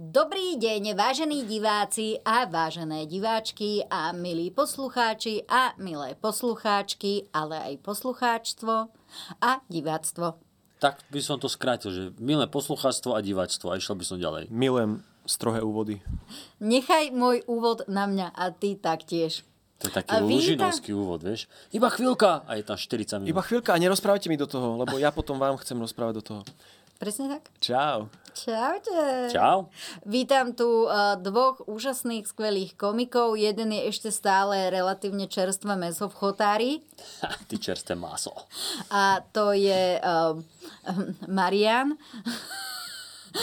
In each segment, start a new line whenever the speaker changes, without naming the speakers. Dobrý deň, vážení diváci a vážené diváčky a milí poslucháči a milé poslucháčky, ale aj poslucháčstvo a diváctvo.
Tak by som to skrátil, že milé poslucháctvo a diváctvo a išiel by som ďalej.
Milujem strohé úvody.
Nechaj môj úvod na mňa a ty taktiež.
To je taký
A vy
lužinovský úvod, vieš. Iba chvíľka a je tam 40 minút.
Iba chvíľka a nerozprávajte mi do toho, lebo ja potom vám chcem rozprávať do toho.
Presne tak?
Čau.
Čaute.
Čau.
Vítam tu eh, dvoch úžasných, skvelých komikov. Jeden je ešte stále relatívne čerstvé meso v chotári
Ha, Ty čerstvé maso.
a to je eh, Marian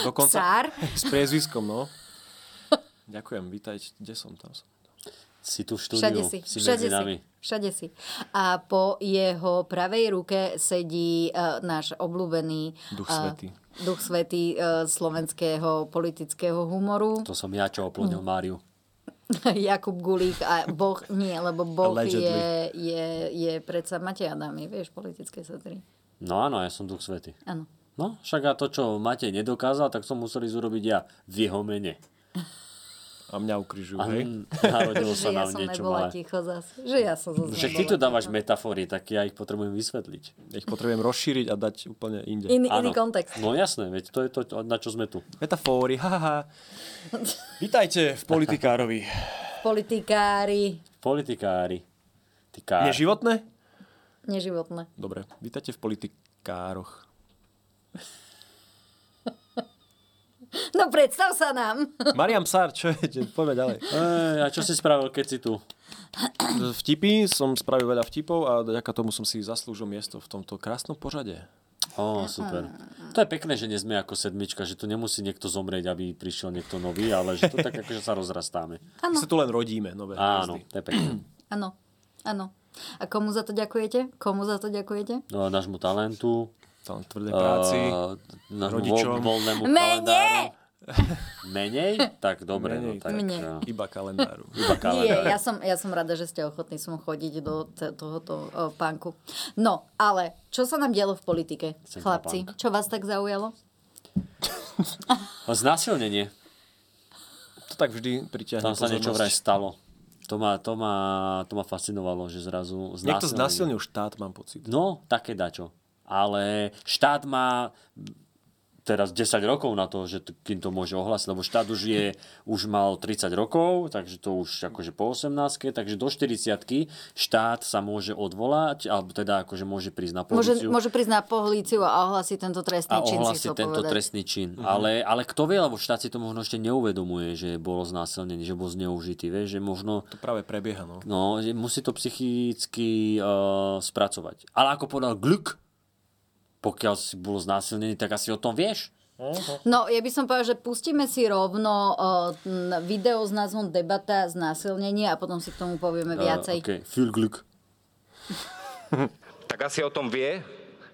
Dokonca
Sár.
s priezviskom, no. Ďakujem, vítajte, kde som, tam som.
Si tu v
Všade
štúdiu.
si,
si
všade
medzi nami.
si. Všade si. A po jeho pravej ruke sedí uh, náš obľúbený
Duch
eh,
Svätý.
duch svetý uh, slovenského politického humoru.
To som ja, čo oplodnil
Mhm.
Máriu.
Jakub Gulík a Boh nie, lebo Boh
Allegedly.
je, je, je predsa Matej Adami, vieš, politické satry.
No áno, ja som duch svety.
Áno.
No, však a to, čo Matej nedokázal, tak som musel ísť urobiť ja v jeho mene.
A mňa ukrižujú,
A
hej.
narodilo
Že
sa
ja
nám
som
niečo
nebola
malé.
ticho zase. Že ja som zase
Však ty tu dávaš metafory, tak ja ich potrebujem vysvetliť.
Ja ich potrebujem rozšíriť a dať úplne inde.
Iný, iný
Áno.
kontext.
No jasné, veď to je to, na čo sme tu.
Metafóry, haha. Vítajte v politikárovi.
Politikári,
Politikári. Ty kár.
Je životné?
neživotné.
Dobre, vítajte v politikároch.
No predstav sa nám.
Mariam Sár, čo je? Poďme ďalej.
Ej, a čo si spravil, keď si tu?
Vtipy, som spravil veľa vtipov a vďaka tomu som si zaslúžil miesto v tomto krásnom pořade.
Ó, super. To je pekné, že nie sme ako sedmička, že tu nemusí niekto zomrieť, aby prišiel niekto nový, ale že to tak akože sa rozrastáme.
My sa tu len rodíme, nové
Áno,
hviezdy.
to je pekné.
Áno, áno. A komu za to ďakujete? Komu za to ďakujete?
No, nášmu talentu,
Tam tvrdé práci.
eh, na-
rodičom.
vo- voľnému
Mene!
kalendáru. Menej? Tak dobre,
Menej.
no tak.
Mne.
eh,
Iba kalendáru.
Iba
Nie,
kalendár.
ja som, ja som rada, že ste ochotní som chodiť do t- tohoto uh, panku. No, ale čo sa nám dialo v politike,
Chcem
chlapci?
na punk.
Čo vás tak zaujalo?
Znásilnenie.
To tak vždy priťahne
Tam sa niečo vraj
pozornosť.
stalo. To ma, to ma, to ma fascinovalo, že zrazu
Niekto
znásilnenie.
znásilnil štát, mám pocit.
No, také dačo. Ale štát má teraz 10 rokov na to, že t- kým to môže ohlásiť, lebo štát už je, už mal 30 rokov, takže to už akože po 18, takže do 40 štát sa môže odvolať, alebo teda akože môže prísť na
Môže,
políciu
môže prísť na políciu a ohlásiť tento trestný
a
čin, si
ohlási
chcel
tento
povedať.
trestný čin. Ale, ale kto vie, lebo štát si to možno ešte neuvedomuje, že bolo znásilnený, že bol zneužitý, vieš, že možno
To práve prebieha, no.
No, že musí to psychicky uh, spracovať. Ale ako povedal Glück, pokiaľ si bol znásilnený, tak asi o tom vieš.
No, ja by som povedal, že pustíme si rovno uh, n- video s názvom Debata znásilnenie a potom si k tomu povieme viacej.
okay. Phil Glück.
tak asi o tom vie,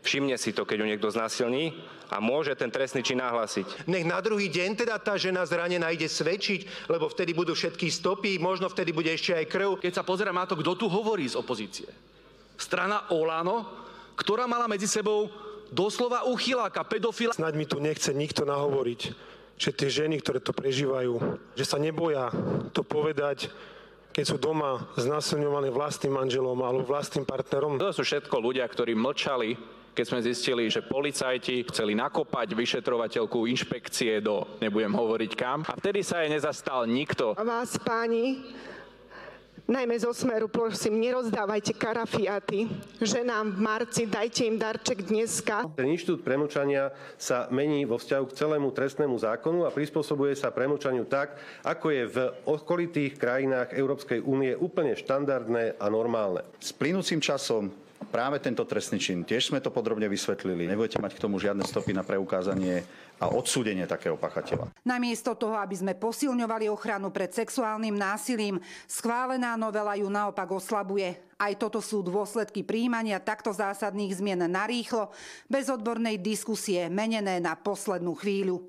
všimne si to, keď ho niekto znásilní a môže ten trestný čin nahlásiť.
Nech na druhý deň teda tá žena zranená ide svedčiť, lebo vtedy budú všetky stopy, možno vtedy bude ešte aj krv.
Keď sa pozerám na to, kto tu hovorí z opozície. Strana Olano, ktorá mala medzi sebou doslova uchyláka, pedofila.
Snaď mi tu nechce nikto nahovoriť, že tie ženy, ktoré to prežívajú, že sa neboja to povedať, keď sú doma znásilňované vlastným manželom alebo vlastným partnerom.
To sú všetko ľudia, ktorí mlčali, keď sme zistili, že policajti chceli nakopať vyšetrovateľku inšpekcie do, nebudem hovoriť kam, a vtedy sa jej nezastal nikto.
vás, páni, najmä zo smeru, prosím, nerozdávajte karafiaty. Ženám v marci, dajte im darček dneska.
Ten inštitút premlčania sa mení vo vzťahu k celému trestnému zákonu a prispôsobuje sa premlčaniu tak, ako je v okolitých krajinách Európskej únie úplne štandardné a normálne.
S plynúcim časom práve tento trestný čin, tiež sme to podrobne vysvetlili, nebudete mať k tomu žiadne stopy na preukázanie a odsúdenie takého pachateľa.
Namiesto toho, aby sme posilňovali ochranu pred sexuálnym násilím, schválená novela ju naopak oslabuje. Aj toto sú dôsledky príjmania takto zásadných zmien narýchlo, bez odbornej diskusie, menené na poslednú chvíľu.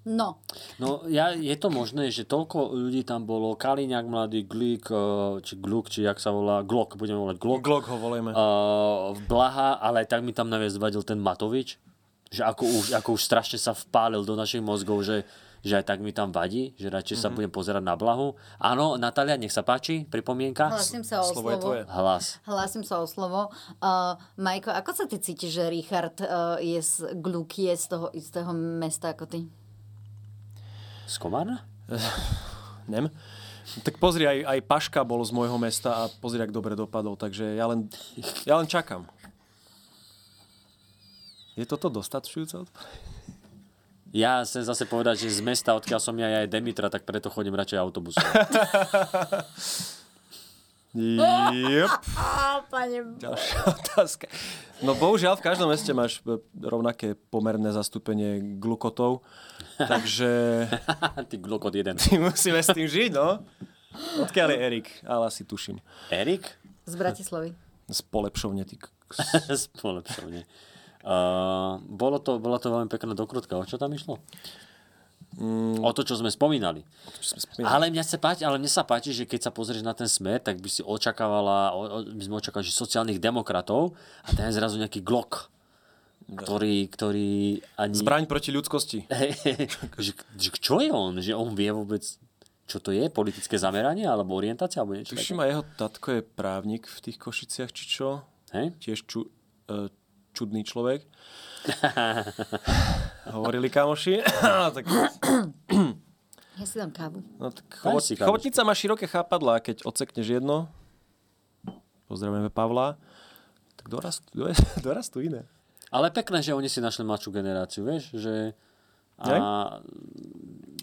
No,
No ja, je to možné, že toľko ľudí tam bolo, Kaliňák mladý, Glík, eh, či Gluk, či jak sa volá, Glok, budeme volať Glok.
Glok ho volejme.
Uh, Blaha, ale tak mi tam najviac vadil ten Matovič, že ako už, ako už strašne sa vpálil do našich mozgov, že, že aj tak mi tam vadí, že
Mhm.
radšej mm-hmm. sa budem pozerať na Blahu. Áno, Natália, nech sa páči, pripomienka.
Hlasím sa o Slovo je slovo. tvoje.
Hlas.
hlásim sa o slovo. Uh, Majko, ako sa ty cítiš, že Richard uh, je z Gluk, je z toho istého mesta ako ty?
Z Komárna?
Nem. Tak pozri, aj, aj Paška bol z môjho mesta a pozri, ak dobre dopadol. Takže ja len, ja len čakám. Je toto dostačujúce?
Ja chcem zase povedať, že z mesta, odkiaľ som ja, ja je Demitra, tak preto chodím radšej autobusom.
Yep.
Á, pane...
Ďalšia otázka. No bohužiaľ, v každom meste máš e, rovnaké pomerné zastúpenie glukotov, takže
Ty glukot jeden.
musíme s tým žiť, no. Odkiaľ je Erik? Ale asi tuším.
Erik?
Z Bratislavy.
Z polepšovne, ty k-
z polepšovne. Uh, bolo, to, bola to veľmi pekná dokrutka. O čo tam išlo? Mm. O to, čo sme spomínali.
čo sme spomínali.
Ale mňa sa páči, ale mne sa páči, že keď sa pozrieš na ten smer, tak by si očakávala, o, o, by sme očakávali, že sociálnych demokratov a ten je zrazu nejaký glok, ktorý, ktorý ani...
Zbraň proti ľudskosti.
že, že, čo je on? Že on vie vôbec, čo to je? Politické zameranie alebo orientácia? Alebo niečo
Tuším, a jeho tatko je právnik v tých Košiciach, či čo?
Hej.
Tiež ču, e, čudný človek. Hovorili kamoši. tak,
Ja si dám kávu.
no, tak
Daj
chobot,
si, kamoš.
chobotnica má široké chápadlá, keď odsekneš jedno, pozdravujeme Pavla, tak dorastú, dorastú iné.
Ale pekné, že oni si našli mladšiu generáciu, vieš, že...
Hej.
A,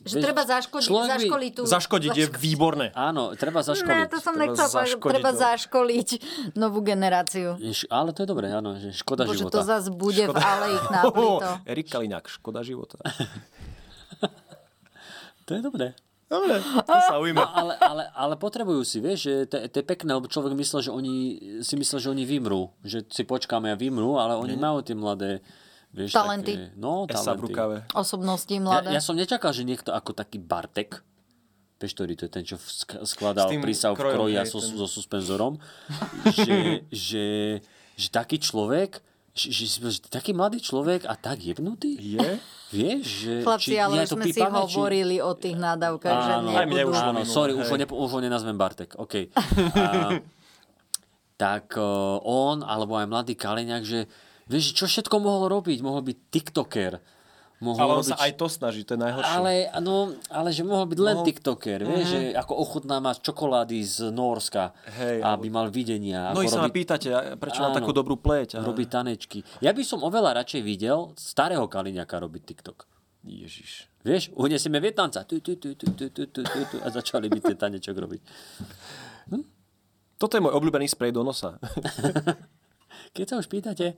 Že
vieš,
treba zaškodiť,
človek by-
zaškoliť tú...
Zaškodiť je výborné.
Áno,
Ne,
treba zaškoliť.
to som
Treba
nechcela povedať,
zaškodiť,
treba
no.
zaškoliť novú generáciu.
Š- Ale to je dobré, áno, že škoda
Bože,
života.
to zase bude v alejích na plito.
Erik Kaliňák, škoda života.
To je dobré.
Dobre, to sa ujme.
Ale, ale, ale potrebujú si, vieš, že to, to je pekné, lebo človek myslel, že oni, si myslel, že oni vymrú, že si počkáme a vymrú, ale oni majú tie mladé, vieš,
Talenty.
Také, no,
Esa v
talenty.
rukave.
Osobnosti mladé.
Ja, ja som nečakal, že niekto ako taký Bartek, vieš, ktorý to je ten, čo sk- skladal
S tým
prísav v
krojom,
kroji a
hej,
so,
ten-
so suspenzorom, že, že, že taký človek, že, že, si- že taký mladý človek a tak jebnutý?
Je?
Vieš, že...
Chlapci,
či
ale
je
už
to
sme si
pípavé,
hovorili o tých nádavkách, že
Áno,
aj mne už
nebudú.
len-
áno,
minulo,
sorry,
hej.
už ho, nepo, už ho nenazvem Bartek, OK. A, tak uh, on, alebo aj mladý Kaliňák, že vieš, čo všetko mohol robiť? Mohol byť TikToker. Mohol
Ale on
robiť...
sa aj to snaží, to je najhoršie.
Ale, no, ale že mohol byť len
Mohol-
TikToker, vieš, že ako ochutná mať čokolády z Norska,
Hej,
aby mal videnia.
No i
ako
sa ma
robiť-
pýtate, a prečo má
Áno.
takú dobrú pleť. Aha.
Robí tanečky. Ja by som oveľa radšej videl starého Kaliňaka robiť TikTok.
Ježiš.
Vieš, uniesieme Vietnamca. Tu, tu, tu, tu, tu, tu, tu, tu, tu, a začali by ten tanečok robiť.
Toto je môj obľúbený sprej do nosa.
Keď sa už pýtate.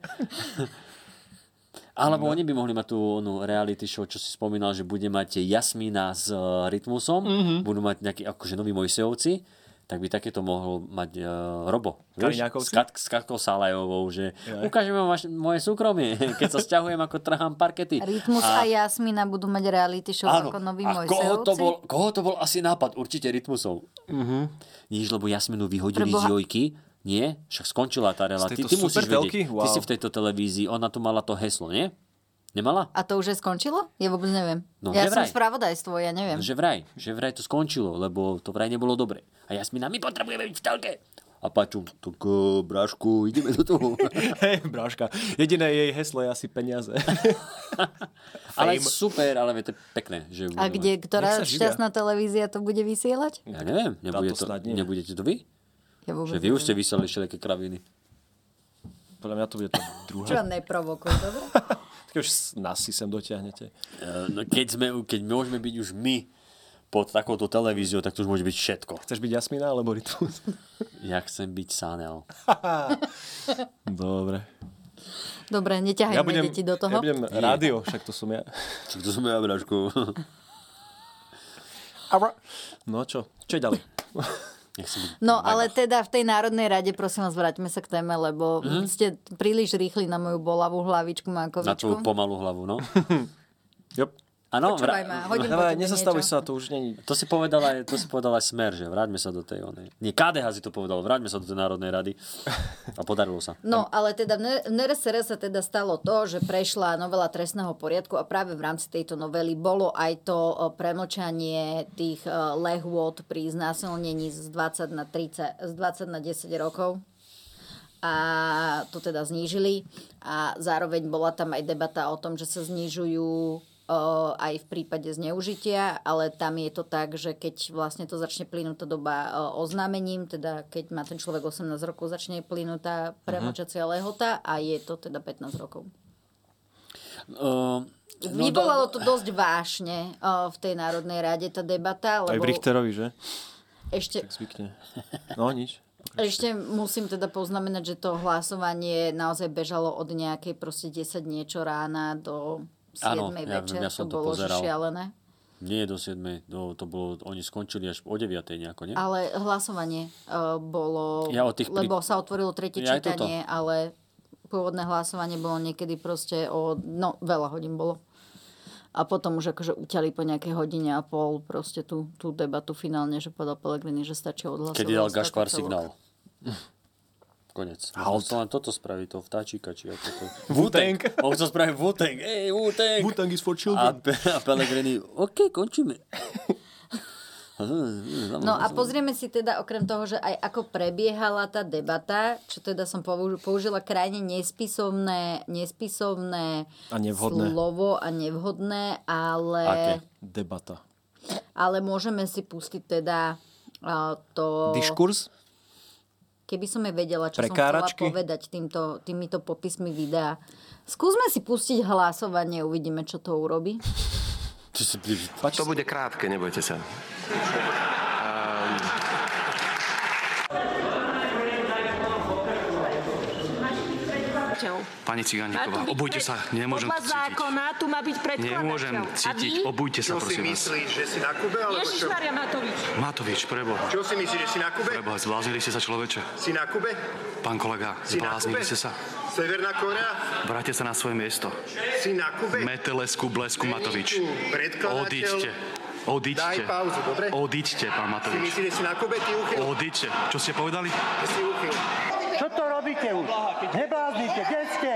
Alebo oni by mohli mať tú onu reality show, čo si spomínal, že bude mať Jasmína s e, Rytmusom, mm-hmm. budú mať nejakí akože noví Mojsejovci, tak by takéto mohol mať uh, Robo. Vieš, S,
Kaliňákovci?
Kat- s Katkou Salajovou, že ja. ukážeme vám vaš- moje súkromie, keď sa sťahujem, ako trhám parkety.
Rytmus a Jasmina budú mať reality show
Áno,
ako nový
a koho to,
Mojsejovci.
bol, koho to bol asi nápad? Určite Rytmusov. Mm-hmm.
Mhm.
Nič, lebo Jasminu vyhodili
Preboha.
z Jojky. Nie, však skončila tá relácia. Ty,
tejto
ty musíš
supertelky?
vedieť, ty
Wow.
si v tejto televízii, ona tu mala to heslo, nie? Nemala?
A to už je skončilo? Ja vôbec neviem.
No,
ja
že
som
vraj.
spravodajstvo, ja neviem.
Že vraj, že vraj to skončilo, lebo to vraj nebolo dobre. A Jasmina, my potrebujeme byť v telke. A Paču, tak eh, brášku, ideme do toho.
Hej, bráška. Jediné jej heslo je asi peniaze.
ale super, ale veď to je pekné. Že
A
budeme-
kde, ktorá
Nech sa živia.
šťastná televízia to bude vysielať?
Ja neviem, nebude
Táto
to,
snad nie.
nebudete to vy?
Ja vôbec
Že vy už ste vysielali všelijaké kraviny.
Podľa mňa to bude tá druhá.
Čo neprovokuj, dobre?
Tak už s- nás si sem dotiahnete.
Eh, no keď, sme, keď môžeme byť už my pod takouto televíziou, tak to už môže byť všetko.
Chceš byť Jasmina alebo Rytmus?
Ja chcem byť Sanel.
Dobre.
Dobre, neťahajme deti do toho.
ja budem rádio, však to som ja.
Čo to som ja, Bražku?
No čo? Čo je ďalej?
No, ale teda v tej Národnej rade, prosím vás, vráťme sa k téme, lebo
Mhm.
ste príliš rýchli na moju bolavú hlavičku
Na tvoju
Mankovičku.
pomalú hlavu, no.
Jop.
Áno,
Počúvaj ma, hodím po
Ale
tebe
nezastavuj
niečo.
sa, to už není...
To si povedal aj, to si povedal aj Smer, že vráťme sa do tej onej. Nie, KDH si to povedal, vráťme sa do tej Národnej rady. A podarilo sa.
No, ale teda v N- v NRSR sa teda stalo to, že prešla novela trestného poriadku a práve v rámci tejto novely bolo aj to o, premlčanie tých e, lehôd pri znásilnení z 20 na, 30, z 20 na 10 rokov a to teda znížili a zároveň bola tam aj debata o tom, že sa znižujú e, aj v prípade zneužitia, ale tam je to tak, že keď vlastne to začne plynúť tá doba e, oznámením, teda keď má ten človek 18 rokov, začne plynúť tá
Mhm.
premočacia lehota a je to teda 15 rokov.
Uh,
No,
Vyvolalo to dosť vášne e, v tej Národnej rade tá debata,
Aj
lebo
v Richterovi, že?
ešte
Tak zvykne. No nič.
Ešte musím teda poznamenať, že to hlasovanie naozaj bežalo od nejakej proste 10 niečo rána do 7
Áno, ja
večer.
viem, ja som to
bolo že
pozeral.
šialené.
Nie do 7. No, to bolo, oni skončili až o 9. nejako, nie?
Ale hlasovanie uh, bolo,
Ja o tých pri-
lebo sa otvorilo tretie
Ja aj toto.
čítanie, ale pôvodné hlasovanie bolo niekedy proste o, no veľa hodín bolo. A potom už akože uťali po nejakej hodine a pol proste tú, tú debatu finálne, že povedal Pelegrini, že stačí odhlasovať.
Kedy dal
takú
Gašpar
celú-
signál. Konec. Halt. Musel len toto spraviť, toho vtáčika, či ako to...
Wu-Tang.
On chcel spraviť Wu-Tang. Ej, Wu-Tang.
Wu-Tang is for
A,
children.
Pe- a Pellegrini, OK, končíme.
No a pozrieme si teda okrem toho, že aj ako prebiehala tá debata, čo teda som použ- použila krajne nespisovné, nespisovné
A nevhodné.
slovo a nevhodné, ale,
Debata.
ale môžeme si pustiť teda a, to...
Diskurs?
Keby som je vedela, čo
Prekáračky?
som chcela povedať týmto, týmito popismi videa. Skúsme si pustiť hlasovanie, uvidíme, čo to urobí.
Ty si pri...
To bude krátke, nebojte sa.
Pani Ciganíková, obujte sa, nemôžem to cítiť.
zákona tu má byť predkladateľ.
Nemôžem cítiť, obujte sa,
Čo si
prosím vás.
myslíš, že si na Kube? Alebo čo?
Ježišmaria Matovič.
Matovič, preboha.
Čo si myslíš, že si na Kube?
Preboha, zbláznili ste sa človeče.
Si na Kube?
Pán kolega,
Si na
zbláznili
Kube?
ste sa.
Severná Korea?
Vráte sa na svoje miesto.
Si na Kube?
Metelesku, blesku, Matovič.
tu predkladateľ.
Odíďte. Odíďte.
Daj pauzu, dobre?
Odíďte, pán
Si
Matovič.
myslíš, že si na Kube? Ty uchyl.
Odíďte. Čo ste povedali?
Ty si uchyl.
Čo to robíte už? Nebláznite, kde ste?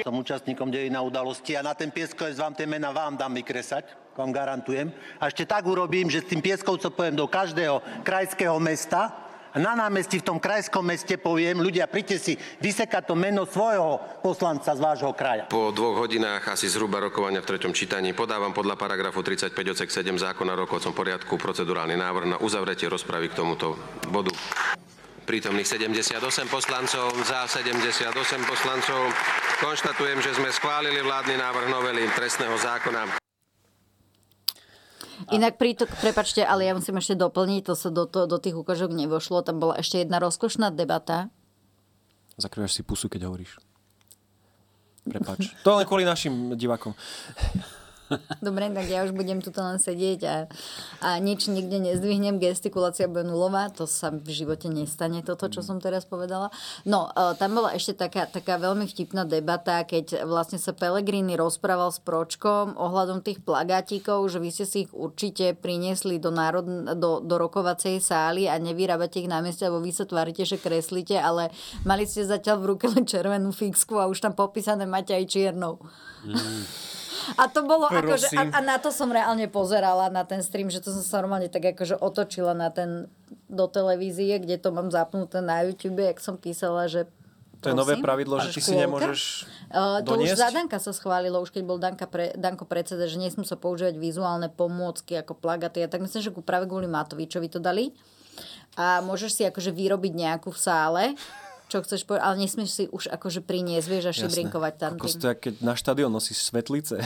Som účastníkom dejina udalosti a na ten pieskovec vám tie mena vám dám vykresať, vám garantujem. A ešte tak urobím, že s tým pieskovcom pojem do každého krajského mesta a na námestí v tom krajskom meste poviem, ľudia, príďte si vysekať to meno svojho poslanca z vášho kraja.
Po dvoch hodinách asi zhruba rokovania v treťom čítaní podávam podľa paragrafu 35 odsek 7 zákona o rokovacom poriadku procedurálny návrh na uzavretie rozpravy k tomuto bodu. Prítomných 78 poslancov, za 78 poslancov. Konštatujem, že sme schválili vládny návrh novely trestného zákona.
Inak pri to, prepačte, ale ja musím ešte doplniť, to sa do, to, do tých ukážok nevošlo, tam bola ešte jedna rozkošná debata.
Zakrývaš si pusu, keď hovoríš. Prepač. To len kvôli našim divákom.
Dobre, tak ja už budem tuto len sedieť a, a nič nikde nezdvihnem, gestikulácia bude nulová, to sa v živote nestane, toto, čo som teraz povedala. No, e, tam bola ešte taká, taká veľmi vtipná debata, keď vlastne sa Pellegrini rozprával s Pročkom ohľadom tých plagátikov, že vy ste si ich určite priniesli do, národ, do, do rokovacej sály a nevyrábate ich na mieste, alebo vy sa tvárite, že kreslíte, ale mali ste zatiaľ v ruke len červenú fixku a už tam popísané máte aj čiernou. A to bolo akože, a,
Prosím.
a na to som reálne pozerala, na ten stream, že to som sa normálne tak akože otočila na ten, do televízie, kde to mám zapnuté na YouTube, jak som písala, že
To je nové
prosím,
pravidlo,
pán
že ty si
Škôlka.
nemôžeš
Eh, to už
doniesť?
za Danka sa schválilo, už keď bol Danka pre, Danko predseda, že nesmú sa používať vizuálne pomôcky ako plagaty. Ja tak myslím, že ku práve kvôli Matovičovi to dali. A môžeš si akože vyrobiť nejakú v sále, čo chceš povedať, ale nesmieš si už akože priniesť, vieš, a
Jasné.
šibrinkovať tam.
Kokos,
tým.
to je, keď na štadión nosíš svetlice.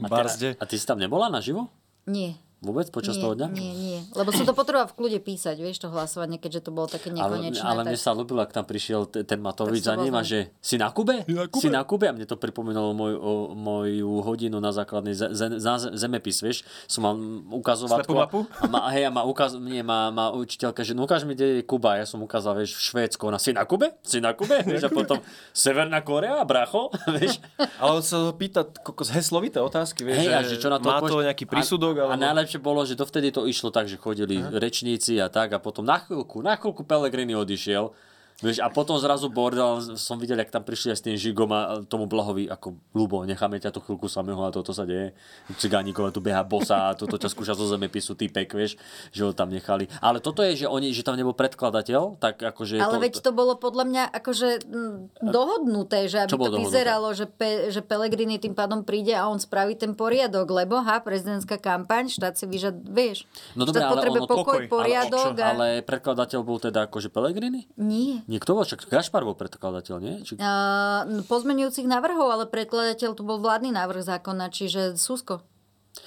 A ty, a, a ty si tam nebola naživo?
Nie.
Vôbec počas
nie,
toho dňa?
Nie, nie. Lebo som to potrebovala v kľude písať, vieš, to hlasovanie, keďže to bolo také nekonečné.
Ale, ale mne
tak...
sa ľúbilo, ak tam prišiel t- ten
Tak
Matovič
sa
za ním a
bol-
že si na Kube? Si na Kube? A mne to pripomenulo môj, o, moju hodinu na základnej ze, ze, na ze- zemepis, vieš? Som mal ukazovať...
Slepú mapu?
A ma, hej, a ma, ukaz, nie, ma, ma učiteľka, že no ukáž mi, kde je Kuba. A Ja som ukázal, vieš, v Švédsku. Ona, si na Kube? Si na Kube? Vieš, a potom Severná Korea, bracho? Vieš?
Ale on sa ho pýta kokos heslovité otázky, vieš,
Hej, a že čo na to
má
odpovieš?
to nejaký
A-
prísudok,
A
alebo...
najlepšie bolo, že dovtedy to išlo tak, že chodili rečníci a tak a potom na chvíľku, na chvíľku Pellegrini odišiel. Vieš, a potom zrazu bordel, som videl, jak tam prišli aj s tým Žigom a tomu Blahovi, ako Lubo, necháme ťa tu chvíľku samého a toto sa deje. Cigánikova tu beha bosa a toto ťa skúša zo zemepisu, typek, vieš, že ho tam nechali. Ale toto je, že, oni, že tam nebol predkladateľ, tak akože... je
Ale
to, E,
veď to bolo podľa mňa akože mm, dohodnuté, že aby to
Čo bolo dohodnuté?
vyzeralo, že, pe, že Pelegrini tým pádom príde a on spraví ten poriadok, lebo ha, prezidentská kampaň, štát si vyžad, vieš,
dobre,
štát
No ale
potrebuje
ono-
pokoj, poriadok.
Ale, čo? ale predkladateľ bol teda akože Pellegrini?
Nie.
Niekto bol, však Gašpar bol predkladateľ, nie? Či...
Uh, pozmenujúcich návrhov, ale predkladateľ tu bol vládny návrh zákona, čiže Susko.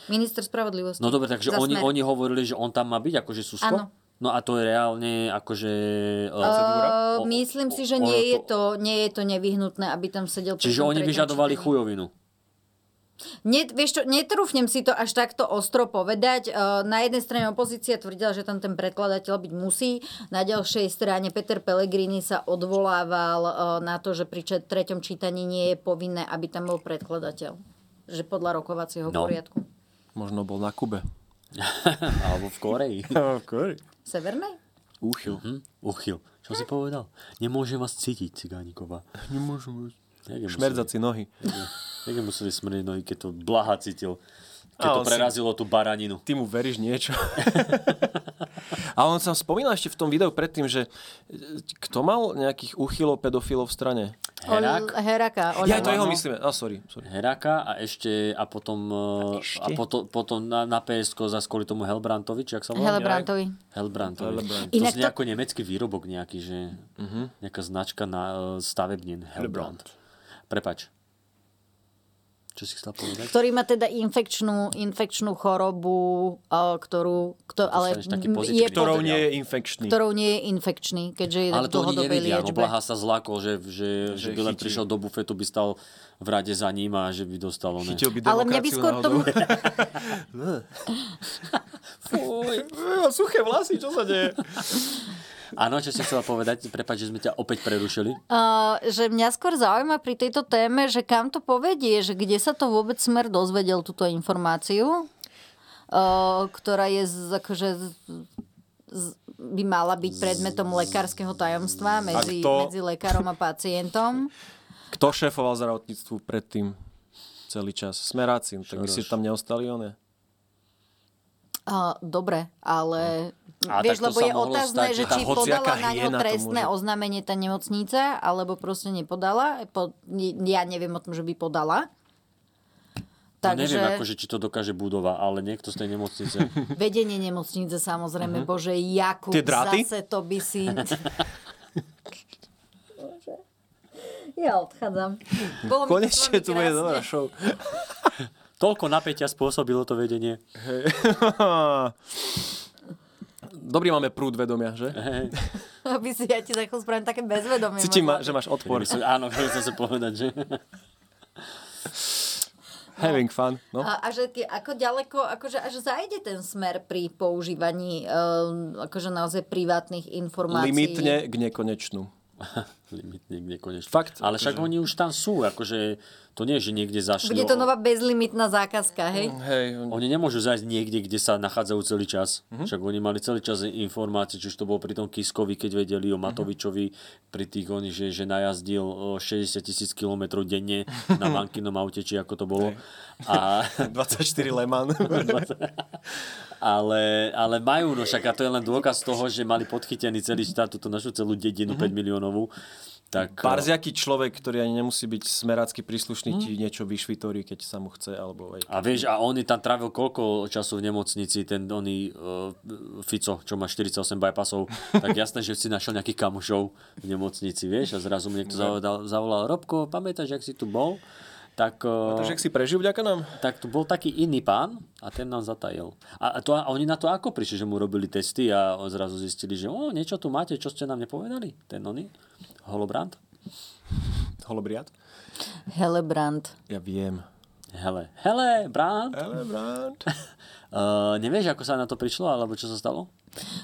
Minister spravodlivosti.
No dobre, takže
Za
oni,
Smer.
oni hovorili, že on tam má byť, akože Susko?
Áno.
No a to je reálne akože...
Uh, myslím si, že
ono
nie je, to,
to-
nie je to nevyhnutné, aby tam sedel. pri
Čiže
tom
oni
treťom
vyžadovali
čítaní.
chujovinu.
Ne, vieš čo, netrúfnem si to až takto ostro povedať. E, Na jednej strane opozícia tvrdila, že tam ten predkladateľ byť musí. Na ďalšej strane Peter Pellegrini sa odvolával e, na to, že pri čet- treťom čítaní nie je povinné, aby tam bol predkladateľ. Že podľa rokovacieho
No.
poriadku.
Možno bol na Kube.
Alebo v Koreji.
v Koreji.
Severnej?
Úchyl.
Mhm. Uchyl. Čo si povedal? Nemôžem vás cítiť, Cigániková.
Nemôžem.
Jak je
Šmerdzací nohy.
museli- Jak je museli smrieť nohy, keď to blaha cítil. Keď
A
to
on si-
prerazilo tú baraninu.
Ty mu veríš niečo. A on sa spomínal ešte v tom videu predtým, že e, kto mal nejakých uchylov pedofilov v strane?
Ol- Heraka.
Ja
Oľano.
to
no.
jeho myslíme. A sorry, sorry.
Heraka a ešte a potom, a, a potom, potom na, na PSK zase kvôli tomu Helbrantovi, či ak sa volá?
Helbrantovi.
Helbrantovi.
Helbrant.
To
Inak
znie
to-
ako nemecký výrobok nejaký, že nejaká značka na e, stavebnin. Helbrant. Prepač. Čo si chcel povedať?
Ktorý má teda infekčnú, infekčnú chorobu, e, ktorú, kto, ale
Dostaneš taký
m,
pozitívny
je,
Ktorou nie je infekčný.
ktorou nie je infekčný, keďže je
Ale
v
to oni
dlhodobej
nevedia. No,
liečbe.
Blaha sa zlákol, že, že, že,
Že
by len
chytil.
prišiel do bufetu, by stal v rade za ním a že by dostal oné.
Chytil by
Ale mňa by skôr tomu...
Fuj, suché vlasy, čo sa deje?
Áno, čo si chcela povedať? Prepač, že sme ťa opäť prerušili.
Uh, že mňa skôr zaujíma pri tejto téme, že kam to povedie, že kde sa to vôbec smer dozvedel túto informáciu, uh, ktorá je z, akože z, z, by mala byť predmetom lekárskeho tajomstva medzi,
to-
medzi lekárom a pacientom.
Kto šéfoval zdravotníctvu predtým celý čas? Smeráci. Tak myslíš, že tam neostali one?
Uh, dobre, ale
No. A
vieš,
tak to
lebo
sa
je
mohlo
otázne, že
stať, že tá
či
hociaká
podala na ňo
hyena to
trestné
môže-
oznámenie tá nemocnica, alebo proste nepodala. Po, ja neviem o tom, že by podala.
No neviem, akože, či to dokáže budova, ale niekto z tej nemocnice.
Vedenie nemocnice samozrejme,
Mhm.
bože, Jakub,
Tie dráty?
zase to by si... ja odchádzam. Bolo mi s
Konečne
vami
tu bude
krásne.
dobrá show.
Toľko napätia spôsobilo to vedenie.
Dobrý máme prúd vedomia, že?
Aby si ja ti za chvíľu spravím také bezvedomie.
Cítim, ma,
možno.
že máš odpor.
Áno, chcel som sa povedať, že...
Having fun, no.
A, a že ke- ako ďaleko, akože až zajde ten smer pri používaní um, akože naozaj privátnych informácií.
Limitne k nekonečnú.
Limitne k nekonečnú. Fakt. Ale však
akože-
oni už tam sú, akože to nie je, že niekde zašli.
Bude to
O-
nová bezlimitná zákazka, hej?
Hej,
Oni nemôžu zajsť niekde, kde sa nachádzajú celý čas. Mm-hmm. Však oni mali celý čas informácie, či už to bolo pri tom Kiskovi, keď vedeli o Matovičovi, pri tých oni, že, že najazdil o, 60 tisíc kilometrov denne na bankinom aute, či ako to bolo. A...
24 Leman.
ale, ale majú, no však a to je len dôkaz toho, že mali podchytený celý štát, túto našu celú dedinu 5
Mhm.
miliónovú. Tak,
Barziaký človek, ktorý ani nemusí byť smerácky príslušný,
Mm.
ti niečo vyšvitorí, keď sa mu chce, alebo aj...
eh, A vieš, a on tam trávil koľko času v nemocnici, ten oný uh, Fico, čo má 48 bypassov, tak jasné, že si našiel nejakých kamošov v nemocnici, vieš, a zrazu mu niekto zavolal, zavolal Robko, pamätáš, jak si tu bol? tak... eh,
Pretože ak si prežil vďaka nám?
Tak tu bol taký iný pán a ten nám zatajil. A, a, to, a oni na to ako prišli, že mu robili testy a zrazu zistili, že o, niečo tu máte, čo ste nám nepovedali? Ten oný? Holobrand?
Holobriad?
Helebrand.
Ja viem.
Hele. Hele, Brand.
Hele, Brand.
uh, nevieš, ako sa na to prišlo, alebo čo sa stalo?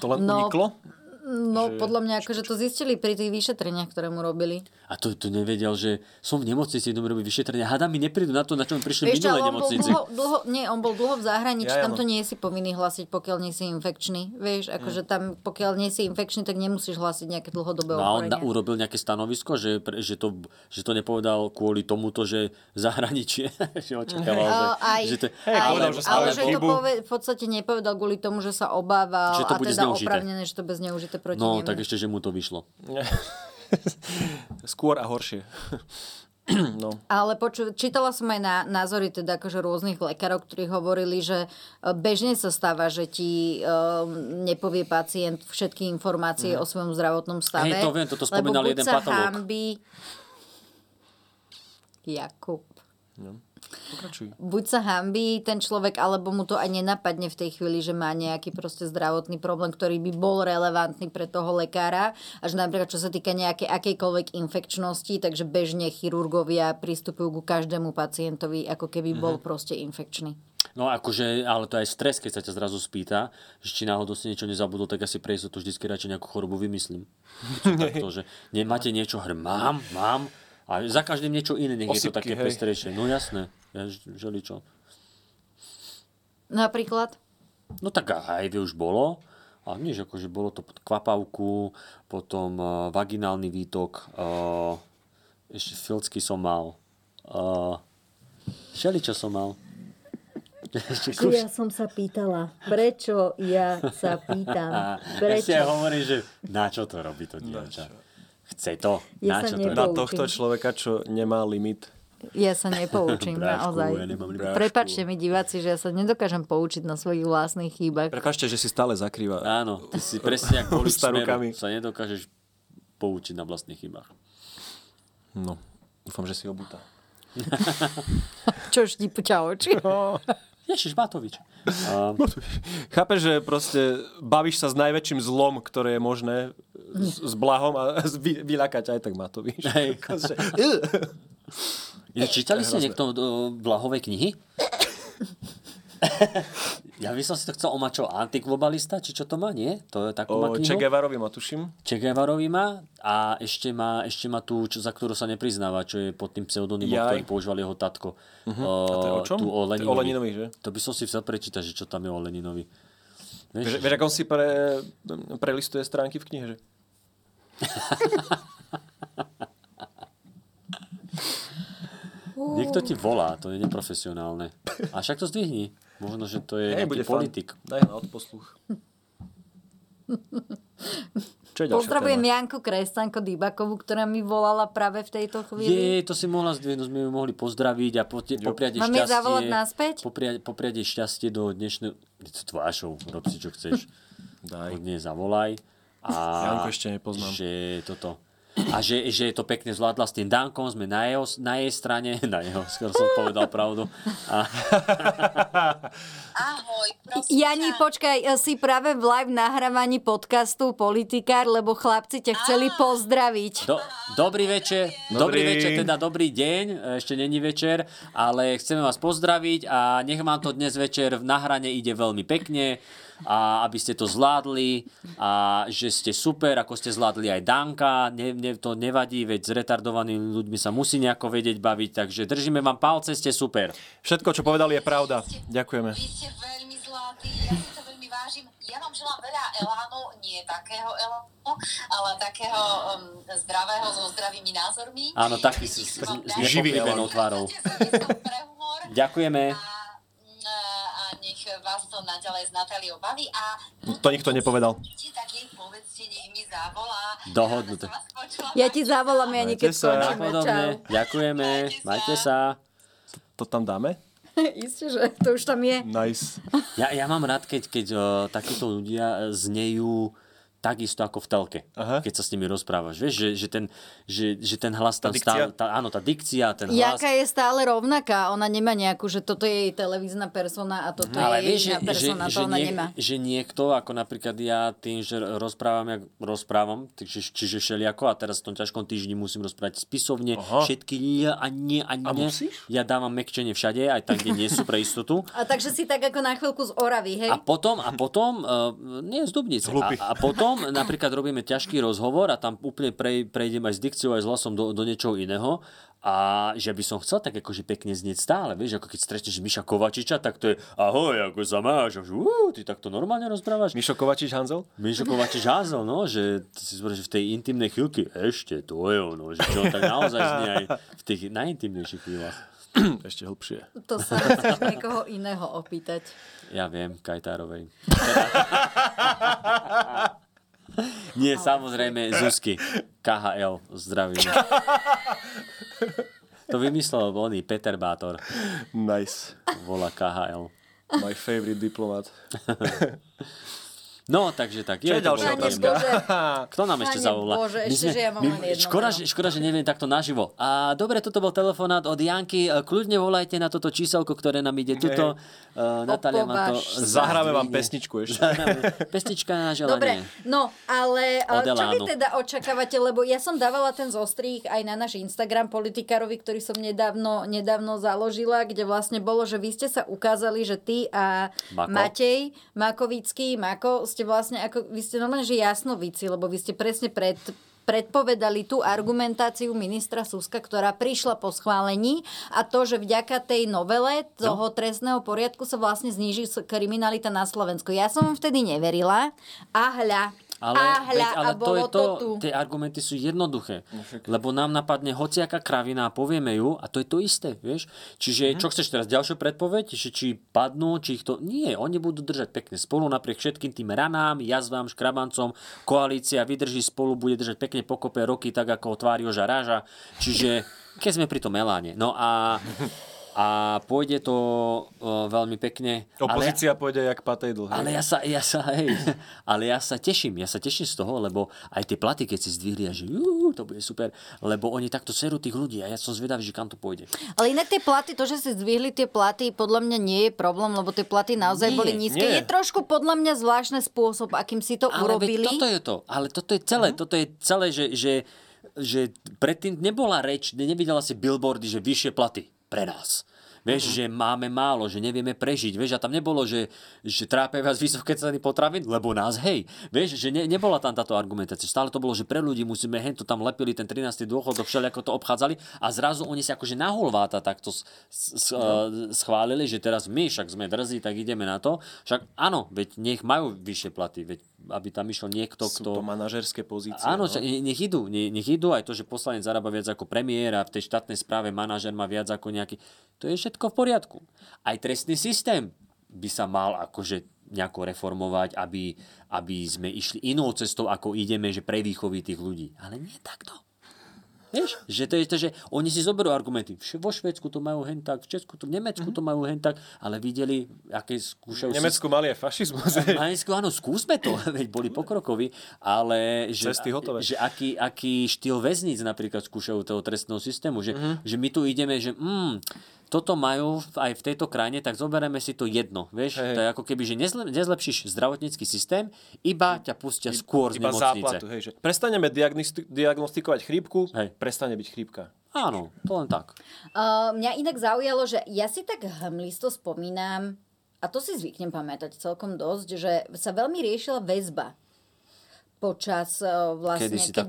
To len no, uniklo?
No, že... podľa mňa, akože to zistili pri tých vyšetreniach, ktoré mu robili.
A to, to nevedel, že som v nemocnici, idú mi robiť vyšetrenia. Hada mi neprídu na to, na čo mi prišli
Vieš,
v minulej
ale on bol,
nemocnici.
dlho, dlho, nie, on bol dlho v zahraničí,
Ja,
tam
no.
to nie si povinný hlásiť, pokiaľ nie si infekčný. Vieš, akože tam, pokiaľ nie si infekčný, tak nemusíš hlásiť nejaké dlhodobé
Mm. No a on
ochorenie.
na, urobil nejaké stanovisko, že, pre- že, to, že to nepovedal kvôli tomuto, že zahraničie, že očakával,
Ale
že,
No, aj,
že to,
aj,
ale,
ale, že to pove, v podstate nepovedal kvôli tomu, že sa obával
Že to bude
a teda
zneužité.
opravnené, že to bude zneužité proti
No,
nemu.
tak ešte, že mu to vyšlo.
Skôr a horšie. no.
Ale poču, čítala som aj na, názory teda akože rôznych lekárov, ktorí hovorili, že e, bežne sa stáva, že ti um, nepovie pacient všetky informácie
Mhm.
o svojom zdravotnom stave.
Hej, to viem, toto
lebo
spomínal
buď
jeden
sa
patológ.
Hanbí, Jakub.
Pokračuj.
Buď sa hambí ten človek, alebo mu to aj nenapadne v tej chvíli, že má nejaký proste zdravotný problém, ktorý by bol relevantný pre toho lekára. A že napríklad, čo sa týka nejakej akejkoľvek infekčnosti, takže bežne chirurgovia pristupujú ku každému pacientovi, ako keby bol
Mhm.
proste infekčný.
No akože, ale to je aj stres, keď sa ťa zrazu spýta, že či náhodou si niečo nezabudol, tak asi pre istotu vždycky radšej nejakú chorobu vymyslím. Čo Takto, že nemáte niečo, hr, mám, mám, a za každým niečo iné, nech je to
Osypky,
také
hej.
pestrejšie. No jasné, ja ž- želičo.
Napríklad?
No tak HIV už bolo. A nie, že akože bolo to pod kvapavku, potom eh, vaginálny výtok, eh, ešte filcky som mal. Uh, Všeličo som mal. Ešte kus-
Ja som sa pýtala, prečo ja sa pýtam,
Ešte
prečo?
aj hovorí, že na čo to robí to dievča. Chce to.
Ja
na
sa
čo to robí?
Na tohto človeka, čo nemá limit.
Ja sa nepoučím,
Brášku,
naozaj.
ja nemám rád.
Prepačte mi diváci, že ja sa nedokážem poučiť na svojich vlastných chýbach.
Prepašte, že si stále zakrýva.
Áno, ty si presne ako volič
Ústa
smeru.
rukami.
Sa nedokážeš poučiť na vlastných chybách.
No, dúfam, že si obutá.
Čo štípu ťa oči?
Ježiš, Matovič. Ehm, A...
Chápeš, že proste bavíš sa s najväčším zlom, ktoré je možné, s, s blahom a s- vy, vyľaká ťa aj tak Matovič.
Hej.
Akože,
Ja, čítali
To je
ste
hrozné.
niekto do Blahovej knihy? ja by som si to chcel omať čo, antiglobalista, či čo to má, nie? To je takú má
o
knihu?
Che Guevarovi ma tuším.
Che Guevarovi má a ešte má, ešte má tú, čo, za ktorú sa nepriznáva, čo je pod tým pseudonymom,
Jaj.
ktorý používal jeho tatko.
Mhm. A to je o čom?
Tú o
To je
Leninovi.
o Leninovi, že?
To by som si chcel prečítať, že čo tam je o Leninovi.
Vieš, vieš, ako on si pre, prelistuje stránky v knihe, že?
Niekto ti volá, to je neprofesionálne. A však to zdvihni. Možno, že to je
Hej,
nejaký
bude fan.
politik.
Daj na odposluch. Čo je ďalšia
Pozdravujem
téma?
Janku Krestanko Dybakovú, ktorá mi volala práve v tejto chvíli.
Je, to si mohla zdvihnúť, sme ju mohli pozdraviť a po, popriať jej
Mám jej zavolať
šťastie.
naspäť?
Popriať, popriať jej šťastie do dnešného... Je to tvášou, rob si čo chceš. Od
Daj.
nej zavolaj. A
Janku ešte nepoznám.
Že toto. A že, že to pekne zvládla s tým Dankom, sme na, jeho, na jej strane, na jeho, skoro som povedal pravdu. A,
Jani, počkaj, e, si práve v live nahrávaní podcastu Politikár, lebo chlapci ťa chceli pozdraviť.
do, dobrý večer, dobrý.
Dobrý.
večer, teda dobrý deň, ešte není večer, ale chceme vás pozdraviť a nech vám to dnes večer v nahrane ide veľmi pekne a aby ste to zvládli a že ste super, ako ste zvládli aj Danka, ne, ne, to nevadí, veď s retardovanými ľuďmi sa musí nejako vedieť baviť, takže držíme vám palce, ste super.
Všetko, čo povedali, je pravda. Ďakujeme.
Ja vám želám veľa elánu, nie takého elánu, ale takého um, zdravého so zdravými názormi.
Áno, taký si s, s
Živý
nepokrivenou tvárou. Ďakujeme.
Mm, a nech vás to naďalej z Natáliou baví a
To nikto nepovedal.
tak jej povedzte, nech mi zavolá.
Dohodnuté.
Ja ti zavolám, Jani, keď skončíme. Čau.
Podobne. Ďakujeme. Majte sa.
To tam dáme?
Isté, že to už tam je.
Nice.
Ja, ja mám rád, keď, keď uh, takíto ľudia eh, znejú takisto ako v telke, Aha. keď sa s nimi rozprávaš. Vieš, že, že, ten, že, že ten hlas tam
Tá dikcia?
stále... Tá, áno, tá dikcia, ten hlas.
Jaka je stále rovnaká, ona nemá nejakú, že toto je jej televízna persona a toto
No, Ale
je
vieš,
jej
že,
iná persona,
že,
to
že,
ona
niek-
nemá.
že niekto, ako napríklad ja, tým, že rozprávam, jak rozprávam, čiže, čiže všelijako, a teraz v tom ťažkom týždni musím rozprávať spisovne, Aha. všetky lia a nie a nie. A Ja dávam mekčenie všade, aj tam, kde nie sú pre istotu.
A takže si tak ako na chvíľku z oravy, hej?
A potom, a potom, uh, nie z Dubnice,
Hlupý.
a, a potom napríklad robíme ťažký rozhovor a tam úplne pre, prejdem aj s dikciou, aj s hlasom do, do niečoho iného. A že by som chcel tak akože pekne znieť stále, vieš, ako keď stretneš Miša Kovačiča, tak to je ahoj, ako sa máš, a že, "Ú, ty takto normálne rozprávaš.
Mišo Kovačič Hanzel?
Mišo Kovačič Hanzel, no, že ty si zbor, že v tej intimnej chvíľke, ešte to je ono, že čo tak naozaj znie aj v tých najintimnejších chvíľach.
Ešte hlbšie.
To sa chceš niekoho iného opýtať.
Ja viem, Kajtárovej. Nie, samozrejme, Zuzky. KHL, zdravím. To vymyslel oný Peter Bátor.
Nice.
Volá KHL.
My favorite diplomat.
No, takže tak.
Čo je
to
ďalšia
bolo
otázka?
téma. Kto nám ešte
Pane
zavolá?
Bože, ešte, že ja mám len jedno
škoda,
meno.
že, škoda, že neviem takto naživo. A dobre, toto bol telefonát od Janky. E, Kľudne volajte na toto číselko, ktoré nám ide tuto. Uh, Natália vám to...
Opovaž sa. Zahráme vám
zdvihne.
pesničku ešte.
Zahráme- Pesnička na želanie.
Dobre, no ale eh,
Od
čo vy
Elánu.
teda očakávate, lebo ja som dávala ten zostrih aj na náš Instagram politikárovi, ktorý som nedávno, nedávno založila, kde vlastne bolo, že vy ste sa ukázali, že ty a
Mako.
Matej Makovický, Mako, ste vlastne ako, vy ste normálne, že jasnovici, lebo vy ste presne pred, predpovedali tú argumentáciu ministra Suska, ktorá prišla po schválení a to, že vďaka tej novele toho trestného poriadku sa vlastne zníži s- kriminalita na Slovensku. Ja som vám vtedy neverila a hľa,
Ale,
a hľa,
veď, ale
a bolo
to, je to,
tu.
tie argumenty sú jednoduché. Lebo nám napadne hociaká kravina a povieme ju a to je to isté, vieš? Čiže čo chceš teraz, ďalšiu predpoveď? Že či padnú, či ich to... Nie, oni budú držať pekne spolu napriek všetkým tým ranám, jazvám, škrabancom. Koalícia vydrží spolu, bude držať pekne pokope roky, tak ako tvári Joža Ráža. Čiže keď sme pri tom Eláne. No a... A pôjde to o, veľmi pekne. Ale-
Opozícia pôjde jak patej dlhé.
ale ja sa, ja sa, hej, ale ja sa teším, ja sa teším z toho, lebo aj tie platy, keď si zdvihli a že jú, to bude super, lebo oni takto serú tých ľudí a ja som zvedavý, že kam to pôjde.
Ale inak tie platy, to, že si zdvihli tie platy, podľa mňa nie je problém, lebo tie platy naozaj
Nie,
boli nízke. Je
nie.
trošku podľa mňa zvláštny spôsob, akým si to
Ale veď
urobili. Mhm.
toto je to, ale toto je celé, toto je celé, že, že, že predtým nebola reč, ne- nevidela si billboardy, že vyššie platy pre nás.
Mhm.
Vieš, že máme málo, že nevieme prežiť. Vieš, a tam nebolo, že, že trápia vás vysoké ceny potravín, lebo nás hej. Vieš, že ne, nebola tam táto argumentácia. Stále to bolo, že pre ľudí musíme hento tam lepili ten 13. dôchodok, všelijako to obchádzali a zrazu oni sa akože naholváta takto s, s, s,
No.
eh, schválili, že teraz my však sme drzí, tak ideme na to. Však áno, veď nech majú vyššie platy, veď aby tam išiel niekto,
Sú
kto...
to manažerské pozície.
Áno,
no.
no. nech idú, ne- nech idú aj to, že poslanec zarába viac ako premiér a v tej štátnej správe manažer má viac ako nejaký. To je všetko v poriadku. Aj trestný systém by sa mal akože nejako reformovať, aby, aby sme išli inou cestou, ako ideme, že pre výchovy tých ľudí. Ale nie takto. Vieš, že to je to, že oni si zoberú argumenty. Vš- Vo Švedsku to majú hen tak, v Česku to, v Nemecku
Mhm.
to majú hen tak, ale videli, aké skúšajú...
V Nemecku mali aj fašizmus.
Maďarsku, áno, skúsme to, veď boli pokrokoví, ale že,
Cesty hotové.
že aký, aký štýl väzníc napríklad skúšajú toho trestného systému, že,
Mhm.
mm-hmm. že my tu ideme, že mm, toto majú v- aj v tejto krajine, tak zoberieme si to jedno, vieš, hey. to je ako keby, že nezle, nezlepšíš zdravotnícky systém, iba ťa pustia skôr z
Iba
nemocnice.
záplatu, hej, že prestaneme diagnosti- diagnostikovať chrípku, hej. prestane byť chrípka.
Áno, to len tak.
Uh, mňa inak zaujalo, že ja si tak hmlisto spomínam, a to si zvyknem pamätať celkom dosť, že sa veľmi riešila väzba počas uh, vlastne,
Kedysi tá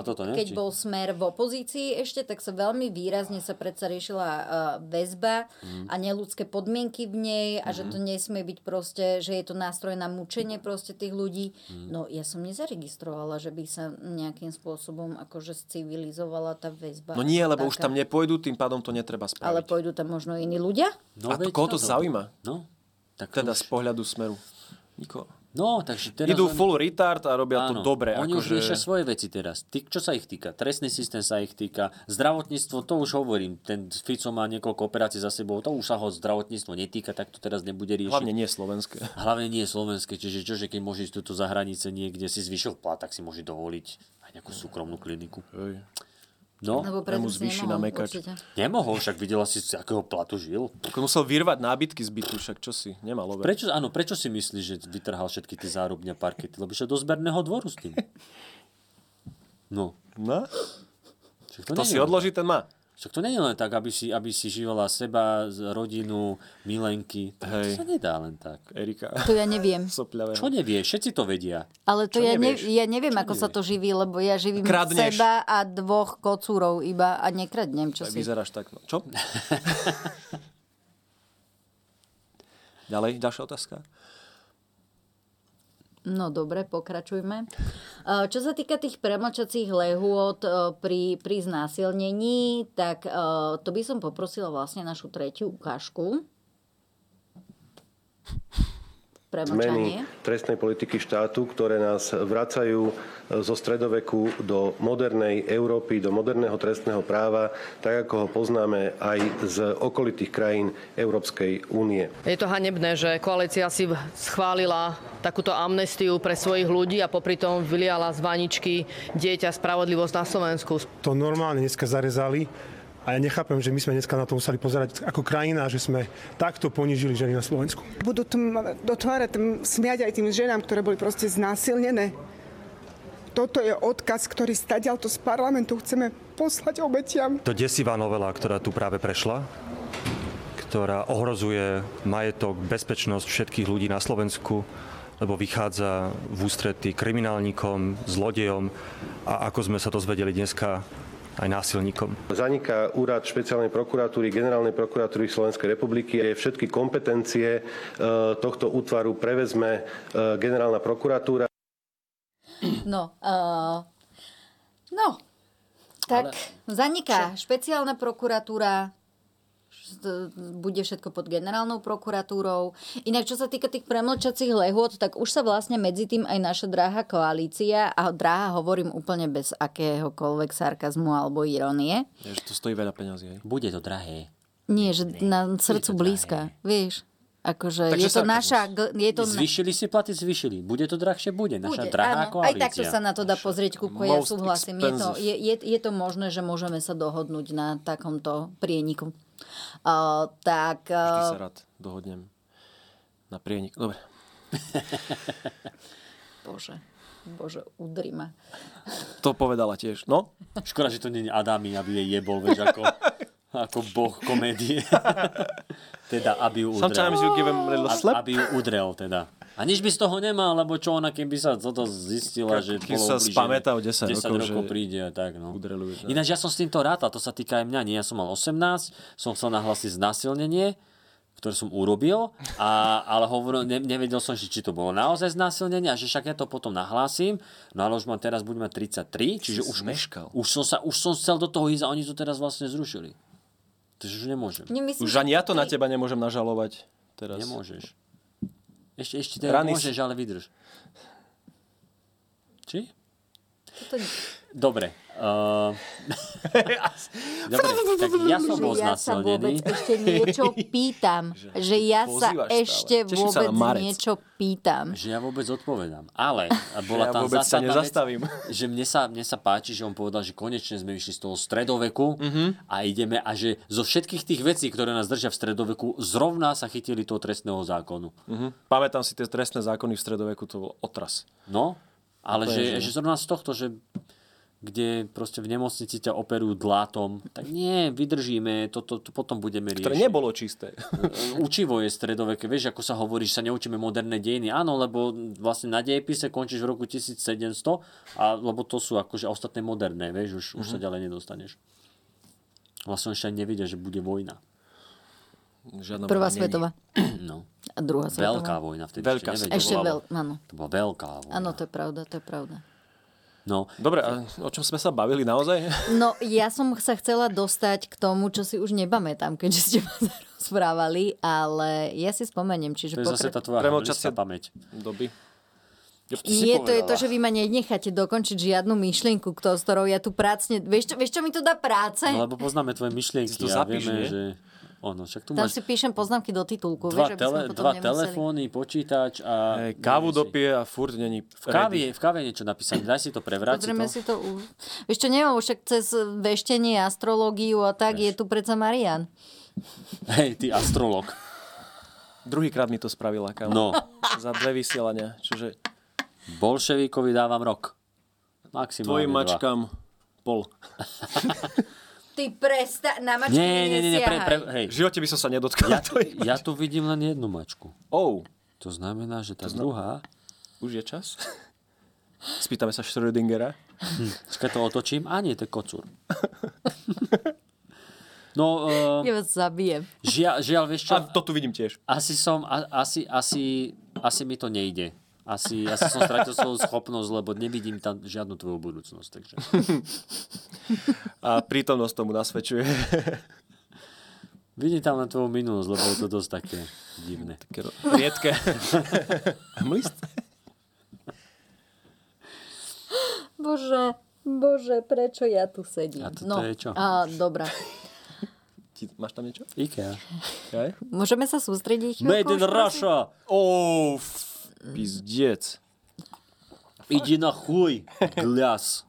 keď,
toto, ne?
keď
Či-
bol smer v opozícii ešte, tak sa veľmi výrazne sa predsa riešila uh, väzba
Mhm.
a neludské podmienky v nej a že to nesmie byť proste, že je to nástroj na mučenie proste tých ľudí.
Mhm.
No ja som nezaregistrovala, že by sa nejakým spôsobom akože civilizovala tá väzba.
No nie, lebo už
Taká.
tam nepôjdu, tým pádom to netreba spraviť.
Ale pôjdu tam možno iní ľudia?
No, a to, koho to zaujíma?
No, tak
teda z pohľadu smeru. Niko.
No, takže teraz
Idú full retard a robia to dobre.
Oni už
akože-
riešia svoje veci teraz. Ty, čo sa ich týka? Trestný systém sa ich týka. Zdravotníctvo, to už hovorím. Ten Fico má niekoľko operácií za sebou. To už sa ho zdravotníctvo netýka, tak to teraz nebude riešiť.
Hlavne nie slovenské.
Hlavne nie slovenské. Čiže čože, keď môžeš tuto za hranice niekde si zvyšil plat, tak si môže dovoliť aj nejakú súkromnú kliniku. No,
Lebo predtým si nemohol, určite.
Nemohol, však videla si, z akého platu žil.
Musel vyrvať nábytky z bytu, však čo si, nemal over.
Prečo, áno, prečo si myslíš, že vytrhal všetky tie zárubne parkety? Lebo išiel do zberného dvoru s tým. No.
No?
Však
Kto
nie je-
si odloží, ten má.
Však to nie je len tak, aby si, aby si živala seba, z- rodinu, milenky. To, to
Hej.
sa nedá len tak.
Erika.
To ja neviem.
Čo nevie? Všetci to vedia.
Ale to
Čo
ja, ne,
nevieš?
ja neviem, ako sa to živí, lebo ja živím
Kradneš.
seba a dvoch kocúrov iba a nekradnem, čo
Tak
si.
vyzeráš tak. No. Čo? Ďalej, ďalšia otázka.
No dobre, pokračujme. Eh, Čo sa týka tých premlčacích lehôd eh, pri, pri znásilnení, tak eh, to by som poprosila vlastne našu tretiu ukážku.
zmeny
Premlčanie.
trestnej politiky štátu, ktoré nás vracajú zo stredoveku do modernej Európy, do moderného trestného práva, tak ako ho poznáme aj z okolitých krajín Európskej únie.
Je to hanebné, že koalícia si schválila takúto amnestiu pre svojich ľudí a popri tom vyliala z vaničky dieťa spravodlivosť na Slovensku.
To normálne dneska zarezali a ja nechápem, že my sme dneska na to museli pozerať ako krajina, že sme takto ponížili ženy na Slovensku.
Budú tm, do tváre tm, smiať aj tým ženám, ktoré boli proste znásilnené. Toto je odkaz, ktorý stadialto z parlamentu chceme poslať obetiam.
To desivá novela, ktorá tu práve prešla, ktorá ohrozuje majetok, bezpečnosť všetkých ľudí na Slovensku, lebo vychádza v ústretí kriminálnikom, zlodejom a ako sme sa dozvedeli dneska, aj násilníkom.
Zaniká úrad špeciálnej prokuratúry, generálnej prokuratúry Slovenskej republiky. Jej Všetky kompetencie e, tohto útvaru prevezme e, generálna prokuratúra.
No, eh, no. tak zaniká špeciálna prokuratúra, Š- bude všetko pod generálnou prokuratúrou. Inak, čo sa týka tých premlčacích lehôd, tak už sa vlastne medzi tým aj naša dráha koalícia, a dráha hovorím úplne bez akéhokoľvek sarkazmu alebo ironie,
Je, že to stojí veľa peňazí. Hej.
Bude to drahé.
nie, že na srdcu blízka, vieš. Akože je
Takže
to
sarkazmus.
naša... gl- Je to na-
Zvyšili si platy, zvyšili. Bude to drahšie? Bude. Naša
Bude,
drahá
áno, aj
koalícia.
takto sa na to dá pozrieť, Kupko, ja
most
súhlasím. Je to,
expensive.
je, je, je to možné, že môžeme sa dohodnúť na takomto prieniku. Uh, tak,
Vždy sa
uh,
rád dohodnem na prienik. Dobre.
bože, bože, udri ma.
To povedala tiež. No?
Škoda, že to nie je Adami, aby jej jebol, vieš, ako, ako boh komédie. teda, aby ju udrel.
Sometimes you give him a little
Ab-
slap.
Aby ju udrel, teda. A nič by z toho nemal, lebo čo ona, keby sa toto zistila, že
Kým
bolo
sa
ublížené,
spamätá o 10 rokov,
rokov
že-
príde a tak, no.
Udreľuje, že-
Ináč ja som s týmto rátal, to sa týka aj mňa, nie, ja som mal 18, som chcel nahlásiť znásilnenie, ktoré som urobil, a, ale hovoril, ne, nevedel som, že či to bolo naozaj znásilnenie a že však ja to potom nahlásim. No ale už mám teraz, budem mať 33, čiže
Si
už,
zmeškal.
už, som sa, už som chcel do toho ísť a oni to teraz vlastne zrušili. Takže už nemôžem.
Nemyslím,
Už ani ja to na teba nemôžem nažalovať teraz.
Nemôžeš. Ešte, ešte teda
Rany
môžeš,
si-
ale vydrž. Či?
Toto nie-
Dobre. Uh... Dobre, tak ja som bol
Že ja sa vôbec
znásilnený.
ešte niečo pýtam. že ja sa
pozývaš stále.
ešte
Teším sa na
vôbec
marec.
niečo pýtam.
Že ja vôbec odpovedám. Ale bola
Ja
tam
vôbec sa
zásadná
nezastavím.
Vec, že mne sa, mne sa páči, že on povedal, že konečne sme išli z toho stredoveku
Mhm.
a ideme a že zo všetkých tých vecí, ktoré nás držia v stredoveku, zrovna sa chytili toho trestného zákonu.
Mhm. Pamätám si tie trestné zákony v stredoveku, to bol otras.
No, ale
Úplne,
že,
že-
že zrovna z tohto, že kde proste v nemocnici ťa operujú dlátom, tak nie, vydržíme, toto to, to potom budeme riešiť.
Ktoré nebolo čisté.
Učivo je stredoveké, vieš, ako sa hovorí, že sa neučíme moderné dejiny. Áno, lebo vlastne na dejepise končíš v roku 1700, a, lebo to sú akože ostatné moderné, vieš, už, už sa ďalej nedostaneš. Vlastne ešte ani nevedia, že bude vojna.
Žiadna
Prvá svetová.
No.
A druhá svetová.
Veľká vojna vtedy
Veľká
ešte nevedela.
Ešte veľ... Áno.
To bola veľká vojna.
Áno, to je pravda, to je pravda.
No.
Dobre, a o čom sme sa bavili naozaj?
No, ja som sa chcela dostať k tomu, čo si už nepamätám, keďže ste ma rozprávali, ale ja si spomeniem. Čiže
To je zase
pokra-
tá tvoja hristá
Premlčacia
pamäť.
Doby.
si
je to, je to,
povedala.
že vy ma nenecháte dokončiť žiadnu myšlienku, kto, s ktorou ja tu prácne... Vieš čo, vieš, čo mi to dá práce?
No, lebo poznáme tvoje myšlienky
Si to
a
zapíš,
vieme,
nie?
že... Ono, však tu
Tam
máš
si píšem poznámky do titulku,
dva,
vieš, aby sme
tele,
potom
dva
nemuseli.
telefóny, počítač a... Hey,
E, kávu dopije a furt není
V káve, je, v káve je niečo napísané, daj si to prevrátiť.
Pozrieme
to.
si to už. Vieš čo, neviem, však cez veštenie, astrológiu a tak je tu predsa Marian.
Hej, ty astrolog.
Druhýkrát mi to spravila, kámo.
No.
Za dve vysielania, čože...
Bolševíkovi dávam rok. Maximálne
Tvojim
dva.
mačkám pol.
Ty presta, na mačky
Nie, nie, nie, nie pre, pre, hej.
V živote by som sa nedotkal.
Ja, ja tu vidím len jednu mačku.
Oh.
To znamená, že tá
To zna-
druhá...
Už je čas? Spýtame sa Schrödingera.
Hm, Čakaj, to otočím. A nie, to je kocúr. No, uh,
Ja vás zabijem.
Žia, žiaľ, vieš čo? A
to tu vidím tiež.
Asi som, a, asi, asi, asi mi to nejde. Asi, asi som stratil svoju schopnosť, lebo nevidím tam žiadnu tvoju budúcnosť. Takže.
A prítomnosť tomu nasvedčuje.
Vidím tam len tvoju minulosť, lebo je to dosť také divné.
Také riedke. Mlisté.
Bože, bože, prečo ja tu sedím?
A toto
No,
je čo?
a, dobrá.
Ti, máš tam niečo?
IKEA.
Okay.
Môžeme sa sústrediť chvíľku?
Made in
už, prosím?
Russia!
Oh, pizdiec.
Ide na chuj, glas.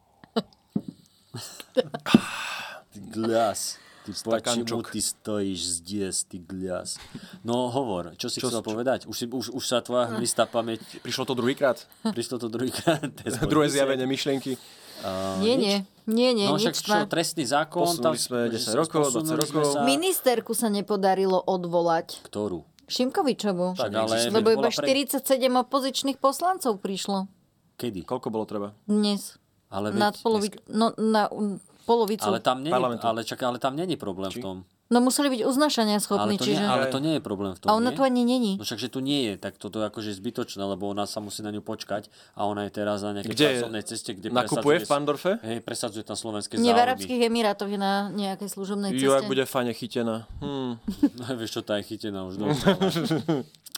Ty glas. Ty počemu
Stakančok.
ty stojíš zdies, ty glas. No hovor, čo si
Čo-
chcel
čo-
povedať? Už, si, už, už sa tvoja hmlistá pamäť...
Prišlo to druhýkrát?
Prišlo to druhýkrát. To je z
Druhé
polície.
zjavenie myšlienky.
Uh,
Nie, nie, nie, nie,
No
nič
však čo,
tma.
trestný zákon...
Posunuli sme 10 rokov, 20
posunuli sme
rokov.
sa-
Ministerku sa nepodarilo odvolať.
Ktorú?
Šimkovičovu.
Tak, ale-
Lebo iba
bola pre-
47 opozičných poslancov prišlo
Kedy?
Koľko bolo treba?
dnes.
Ale, veď,
Nad polovi... no, na um, polovicu.
ale tam není,
Parlamentu.
ale, čak, ale tam není problém v tom.
No museli byť uznašania
Ale
schopní,
to,
čiže...
nie, ale to nie je problém v tom,
a ona
nie?
tu ani není.
No však, že tu nie je, tak toto je akože zbytočné, lebo ona sa musí na ňu počkať a ona je teraz na nejakej
Kde je?
pracovnej ceste, kde
Nakupuje v
presadzuje,
Pandorfe?
hej, presadzuje tam slovenské
Nie v
záujmy.
Arabských Emirátoch je na nejakej služobnej ceste.
Jo, ak bude fajne chytená. Hm.
No, vieš čo, tá je chytená už dosť. ale-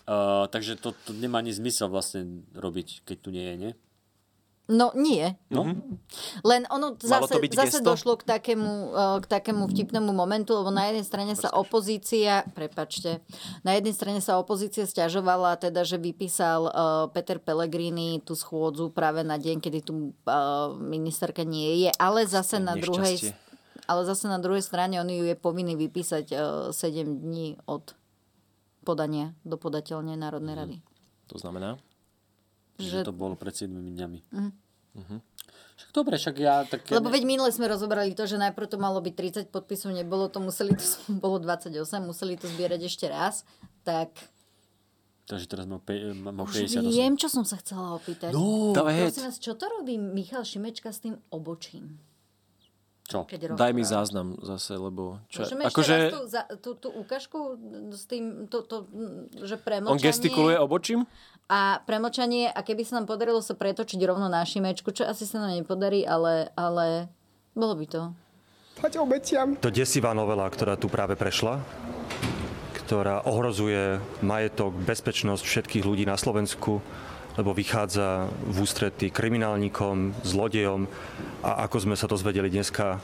Uh, takže to, to nemá ani zmysel vlastne robiť, keď tu nie je, nie?
No nie.
No?
Len ono zase,
to byť
zase
gesto?
došlo k takému, eh, k takému vtipnému momentu, lebo na jednej strane sa opozícia, prepačte, na jednej strane sa opozícia stiažovala, teda, že vypísal eh, Peter Pellegrini tú schôdzu práve na deň, kedy tu eh, ministerka nie je, ale zase na druhej
Nešťastie.
ale zase na druhej strane on ju je povinný vypísať eh, 7 dní od podania do podateľnej Národnej rady.
To znamená?
Mhm. Že,
Že-
to bolo pred 7 dňami.
Mhm.
Mhm. Však dobre, však ja tak...
Lebo veď minule sme rozobrali to, že najprv to malo byť 30 podpisov, nebolo to, museli to, bolo 28, museli to zbierať ešte raz, tak
Takže teraz mal, pe- mal
už
58.
viem, čo som sa chcela opýtať.
No, Dávaj
Prosím
hec.
vás, čo to robí Michal Šimečka s tým obočím?
Čo?
Keď rozpráva.
Daj mi záznam zase, lebo... Čo,
Môžeme
akože
ešte raz tú, za, tú, tú ukážku s tým, to, to, mm, že premlčanie...
on gestikuluje obočím?
A premlčanie, a keby sa nám podarilo sa pretočiť rovno na Šimečku, čo asi sa nám nepodarí, ale, ale bolo by to.
Plať obetiam.
To desivá novela, ktorá tu práve prešla, ktorá ohrozuje majetok, bezpečnosť všetkých ľudí na Slovensku, lebo vychádza v ústrety kriminálnikom, zlodejom a ako sme sa dozvedeli dneska,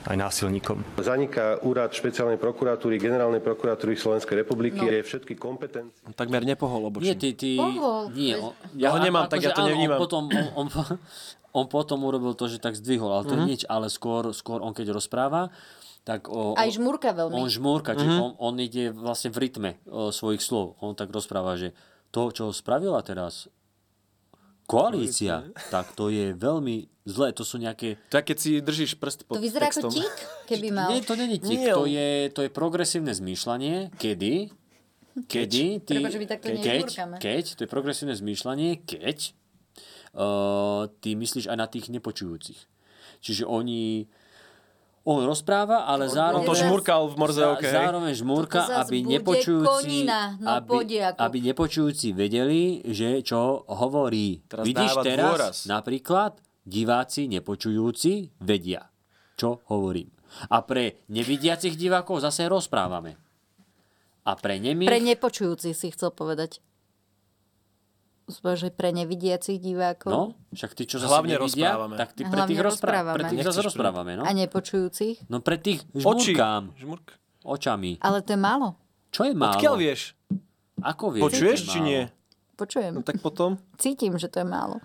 aj násilníkom.
Zaniká úrad špeciálnej prokuratúry, generálnej prokuratúry Slovenskej republiky, je všetky kompetencie.
No, Takmer nepohol obočím.
Nie, ty, ty...
Pohol.
Nie, on,
Ja ho
a-
nemám, tak ja
akože
to
áno,
nevnímam.
On potom, on, on, on potom urobil to, že tak zdvihol, ale to
Mhm.
je nič, ale skôr, skôr on keď rozpráva, tak o,
Aj žmúrka veľmi.
on žmúrka, čiže
Mhm.
on, on ide vlastne v rytme o, svojich slov. On tak rozpráva, že to, čo spravila teraz koalícia, tak to je veľmi zlé. To sú nejaké...
Tak keď si držíš prst
To
pod
vyzerá
textom.
ako tík, keby mal.
Nie, to není tik,
Nie,
to
on-
je, to je progresívne zmýšľanie, kedy, kedy, ty,
Prepáč, že my takto
keď,
nezbúrkame.
keď, to je progresívne zmýšľanie, keď uh, ty myslíš aj na tých nepočujúcich. Čiže oni, on rozpráva, ale zároveň...
to žmurkal v Morzeovke, hej?
Zároveň žmurka,
Toto zas
aby
bude
nepočujúci,
konina, no
aby,
podiaku.
aby nepočujúci vedeli, že čo hovorí.
Teraz
Vidíš
dáva
teraz,
dôraz.
napríklad, diváci nepočujúci vedia, čo hovorím. A pre nevidiacich divákov zase rozprávame. A pre nemých...
Pre nepočujúcich si chcel povedať. že pre nevidiacich divákov.
No, však tí, čo zase
Hlavne
nevidia,
rozprávame.
tak tí pre
Hlavne
tých, rozprávame.
rozprávame.
Pre tých zase rozprávame. No?
A nepočujúcich?
no pre tých
Oči.
žmurkám. Očami.
Ale to je málo.
Čo je málo?
Odkiaľ vieš?
Ako vieš?
Počuješ
že je
či
málo?
nie?
Počujem. No
tak potom?
Cítim, že to je málo.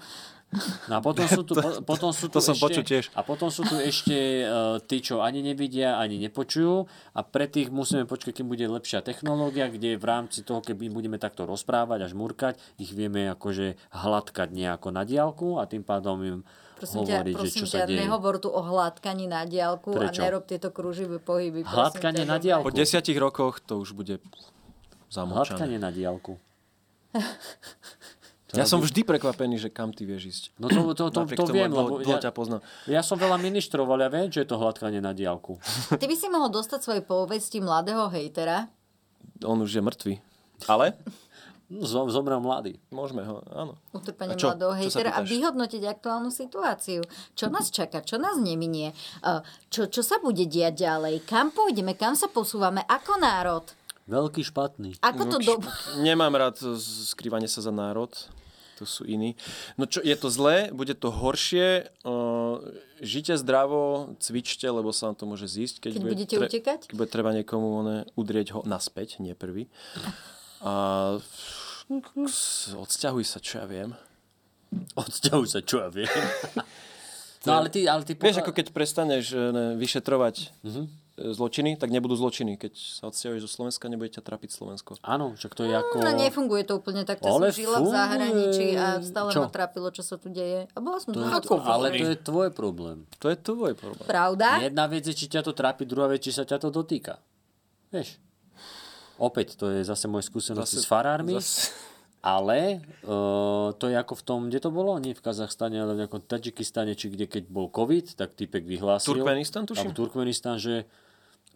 No a potom sú tu, po- potom sú tu
to som
ešte,
počul tiež.
A potom sú tu ešte uh, tí, čo ani nevidia, ani nepočujú a pre tých musíme počkať, kým bude lepšia technológia, kde v rámci toho, keď my budeme takto rozprávať a žmurkať, ich vieme akože hladkať nejako na diálku a tým pádom im
Prosím
hovoriť,
ťa,
že
prosím
čo
ťa
sa deje.
nehovor tu o hladkaní na diálku
Prečo?
a nerob tieto kruživé pohyby. prosím
Hladkanie
ťa,
na
dobre?
diaľku.
Po desiatich rokoch to už bude
Hladkanie
zamlčané.
na diálku.
Ja som vždy prekvapený, že kam ty vieš ísť.
No to, to, to,
Napriek
to,
tomu,
viem,
dlho-
lebo
dlho
ja,
ťa poznám.
ja som veľa ministroval, ja viem, že je to hladkanie na diálku.
Ty by si mohol dostať svoje povesti mladého hejtera.
On už je mrtvý. Ale?
Zom, No, zomrel mladý.
Môžeme ho, áno.
Utrpenie
A čo?
mladého
Čo sa
hejtera a
pýtaš?
vyhodnotiť aktuálnu situáciu. Čo nás čaká, čo nás neminie, eh, čo, čo sa bude diať ďalej, kam pôjdeme, kam sa posúvame ako národ.
Veľký špatný.
Ako to
Už
do...
Nemám rád z- skrývanie sa za národ. To sú iní. No čo, je to zlé, bude to horšie. Uh, žite zdravo, cvičte, lebo sa vám to môže zísť.
Keď budete utekať?
Keď bude treba niekomu one, udrieť ho naspäť, nie prvý. A s- odsťahuj sa, čo ja viem.
Odsťahuj sa, čo ja viem. No ale ty, ale ty
Vieš, ako keď prestaneš e, ne, vyšetrovať e, zločiny, tak nebudú zločiny. Keď sa odsťahuješ zo Slovenska, nebude ťa trapiť Slovensko.
Áno, však to je ako...
No nefunguje to úplne tak. Ja
Ale
som žila v
funguje.
zahraničí a stále
Čo?
ma trápilo, čo sa tu deje. A bola som
To je,
dôchodcová.
ale to je tvoj problém.
To je tvoj problém.
Pravda?
Jedna vec je, či ťa to trápi, druhá vec, či sa ťa to dotýka. Vieš. Opäť, to je zase moje skúsenosti
Zase-
s farármi.
zase-
Ale uh, to je ako v tom, kde to bolo? Nie v Kazachstane, ale v nejakom Tadžikistane, či kde, keď bol COVID, tak typek vyhlásil.
Turkmenistan, tuším?
Alebo Turkmenistan, že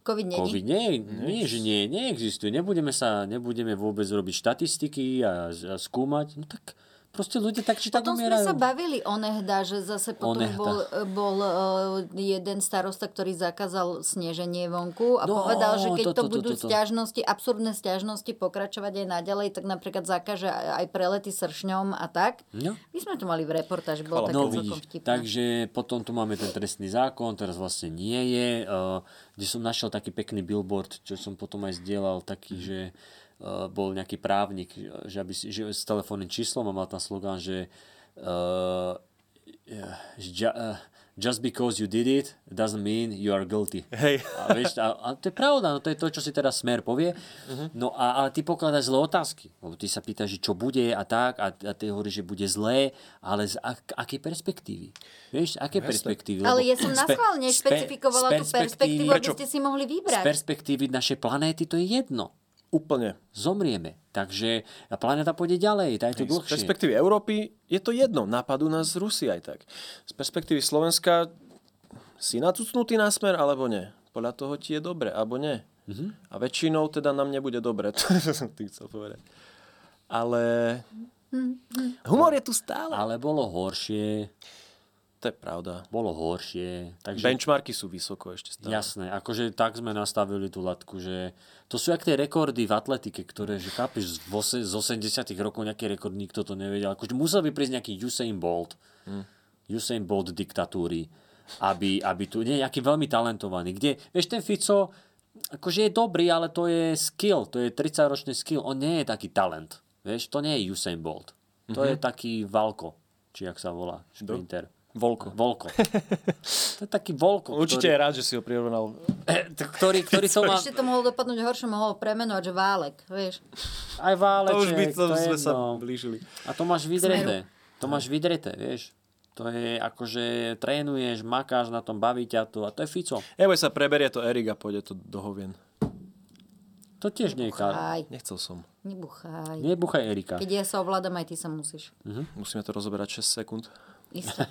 COVID není.
COVID nie, nie, že nie, neexistuje. Nebudeme sa, nebudeme vôbec robiť štatistiky a, a skúmať. No tak proste ľudia tak či tak
Potom sme
umierajú.
sa bavili o nehda, že zase potom
Onehda.
bol, bol eh, jeden starosta, ktorý zakázal sneženie vonku a
No,
povedal, že keď to,
to, to, to,
budú
to, to.
stiažnosti, absurdné stiažnosti pokračovať aj naďalej, tak napríklad zakaže aj prelety sršňom a tak.
No.
My sme to mali v reportáži, bolo také
no,
celkom
vidíš,
vtipné.
takže potom tu máme ten trestný zákon, teraz vlastne nie je, uh, kde som našiel taký pekný billboard, čo som potom aj zdieľal, taký,
Mhm.
že uh, bol nejaký právnik, eh, že, aby si, že s telefónnym číslom a mal tam slogán, že uh, ju- uh, just because you did it doesn't mean you are guilty.
Hej.
A, vieš, a, a to je pravda, no to je to, čo si teraz Smer povie.
Mhm.
No a, ale ty pokladáš zlé otázky, lebo ty sa pýtaš, že čo bude a tak, a, a ty hovoríš, že bude zlé, ale z ak, akej perspektívy? Vieš, z akej
Jasne.
perspektívy?
Ale
Lebo
ja som
z pe-
naschválne
z pe-
špecifikovala
z
tú perspektívu, aby
Prečo?
ste si mohli
Z
vybrať.
perspektívy našej planéty to je jedno.
Úplne.
Zomrieme. Takže a planéta pôjde ďalej, tá je tu
Z
dlhšie.
perspektívy Európy je to jedno. Napadú nás Rusi aj tak. Z perspektívy Slovenska si nacucnutý na smer alebo nie. Podľa toho ti je dobre, alebo nie. A väčšinou teda nám nebude dobre. To je to, čo som tým chcel povedať. Ale
Mhm.
humor je tu stále.
Ale bolo horšie.
To je pravda.
Bolo horšie. Takže...
Benchmarky sú vysoko ešte stále.
Jasné, akože tak sme nastavili tú latku, že to sú jak tie rekordy v atletike, ktoré, že chápeš, z ose- z 80 rokov nejaký rekord, nikto to nevedel. Akože musel by prísť nejaký Usain Bolt,
Hm.
Usain Bolt diktatúry, aby, aby tu, nie, nejaký veľmi talentovaný, kde, vieš, ten Fico, akože je dobrý, ale to je skill, to je 30-ročný skill, on nie je taký talent, vieš, to nie je Usain Bolt, to
Mhm.
je taký Valko, či jak sa volá, šprinter.
Volko.
Volko. To je taký Volko.
Určite
ktorý-
je rád, že si ho prirovnal.
Eh, ktorý, ktorý to má...
Ešte to mohlo dopadnúť horšie, mohol premenovať, že válek, vieš.
Aj váleček,
to už by to,
je
sme sa
jedno.
blížili.
A to máš vydreté. To máš vydreté, vieš. To je akože trénuješ, makáš na tom, baví ťa to a to je Fico.
Neboj sa, preberie to Erik a pôjde to do hovien.
To tiež nie je kar.
Aj,
Nechcel som.
nebuchaj.
Nebuchaj Erika.
Keď ja sa ovládam, aj ty sa musíš.
Musíme to rozoberať 6 sekúnd.
Isté.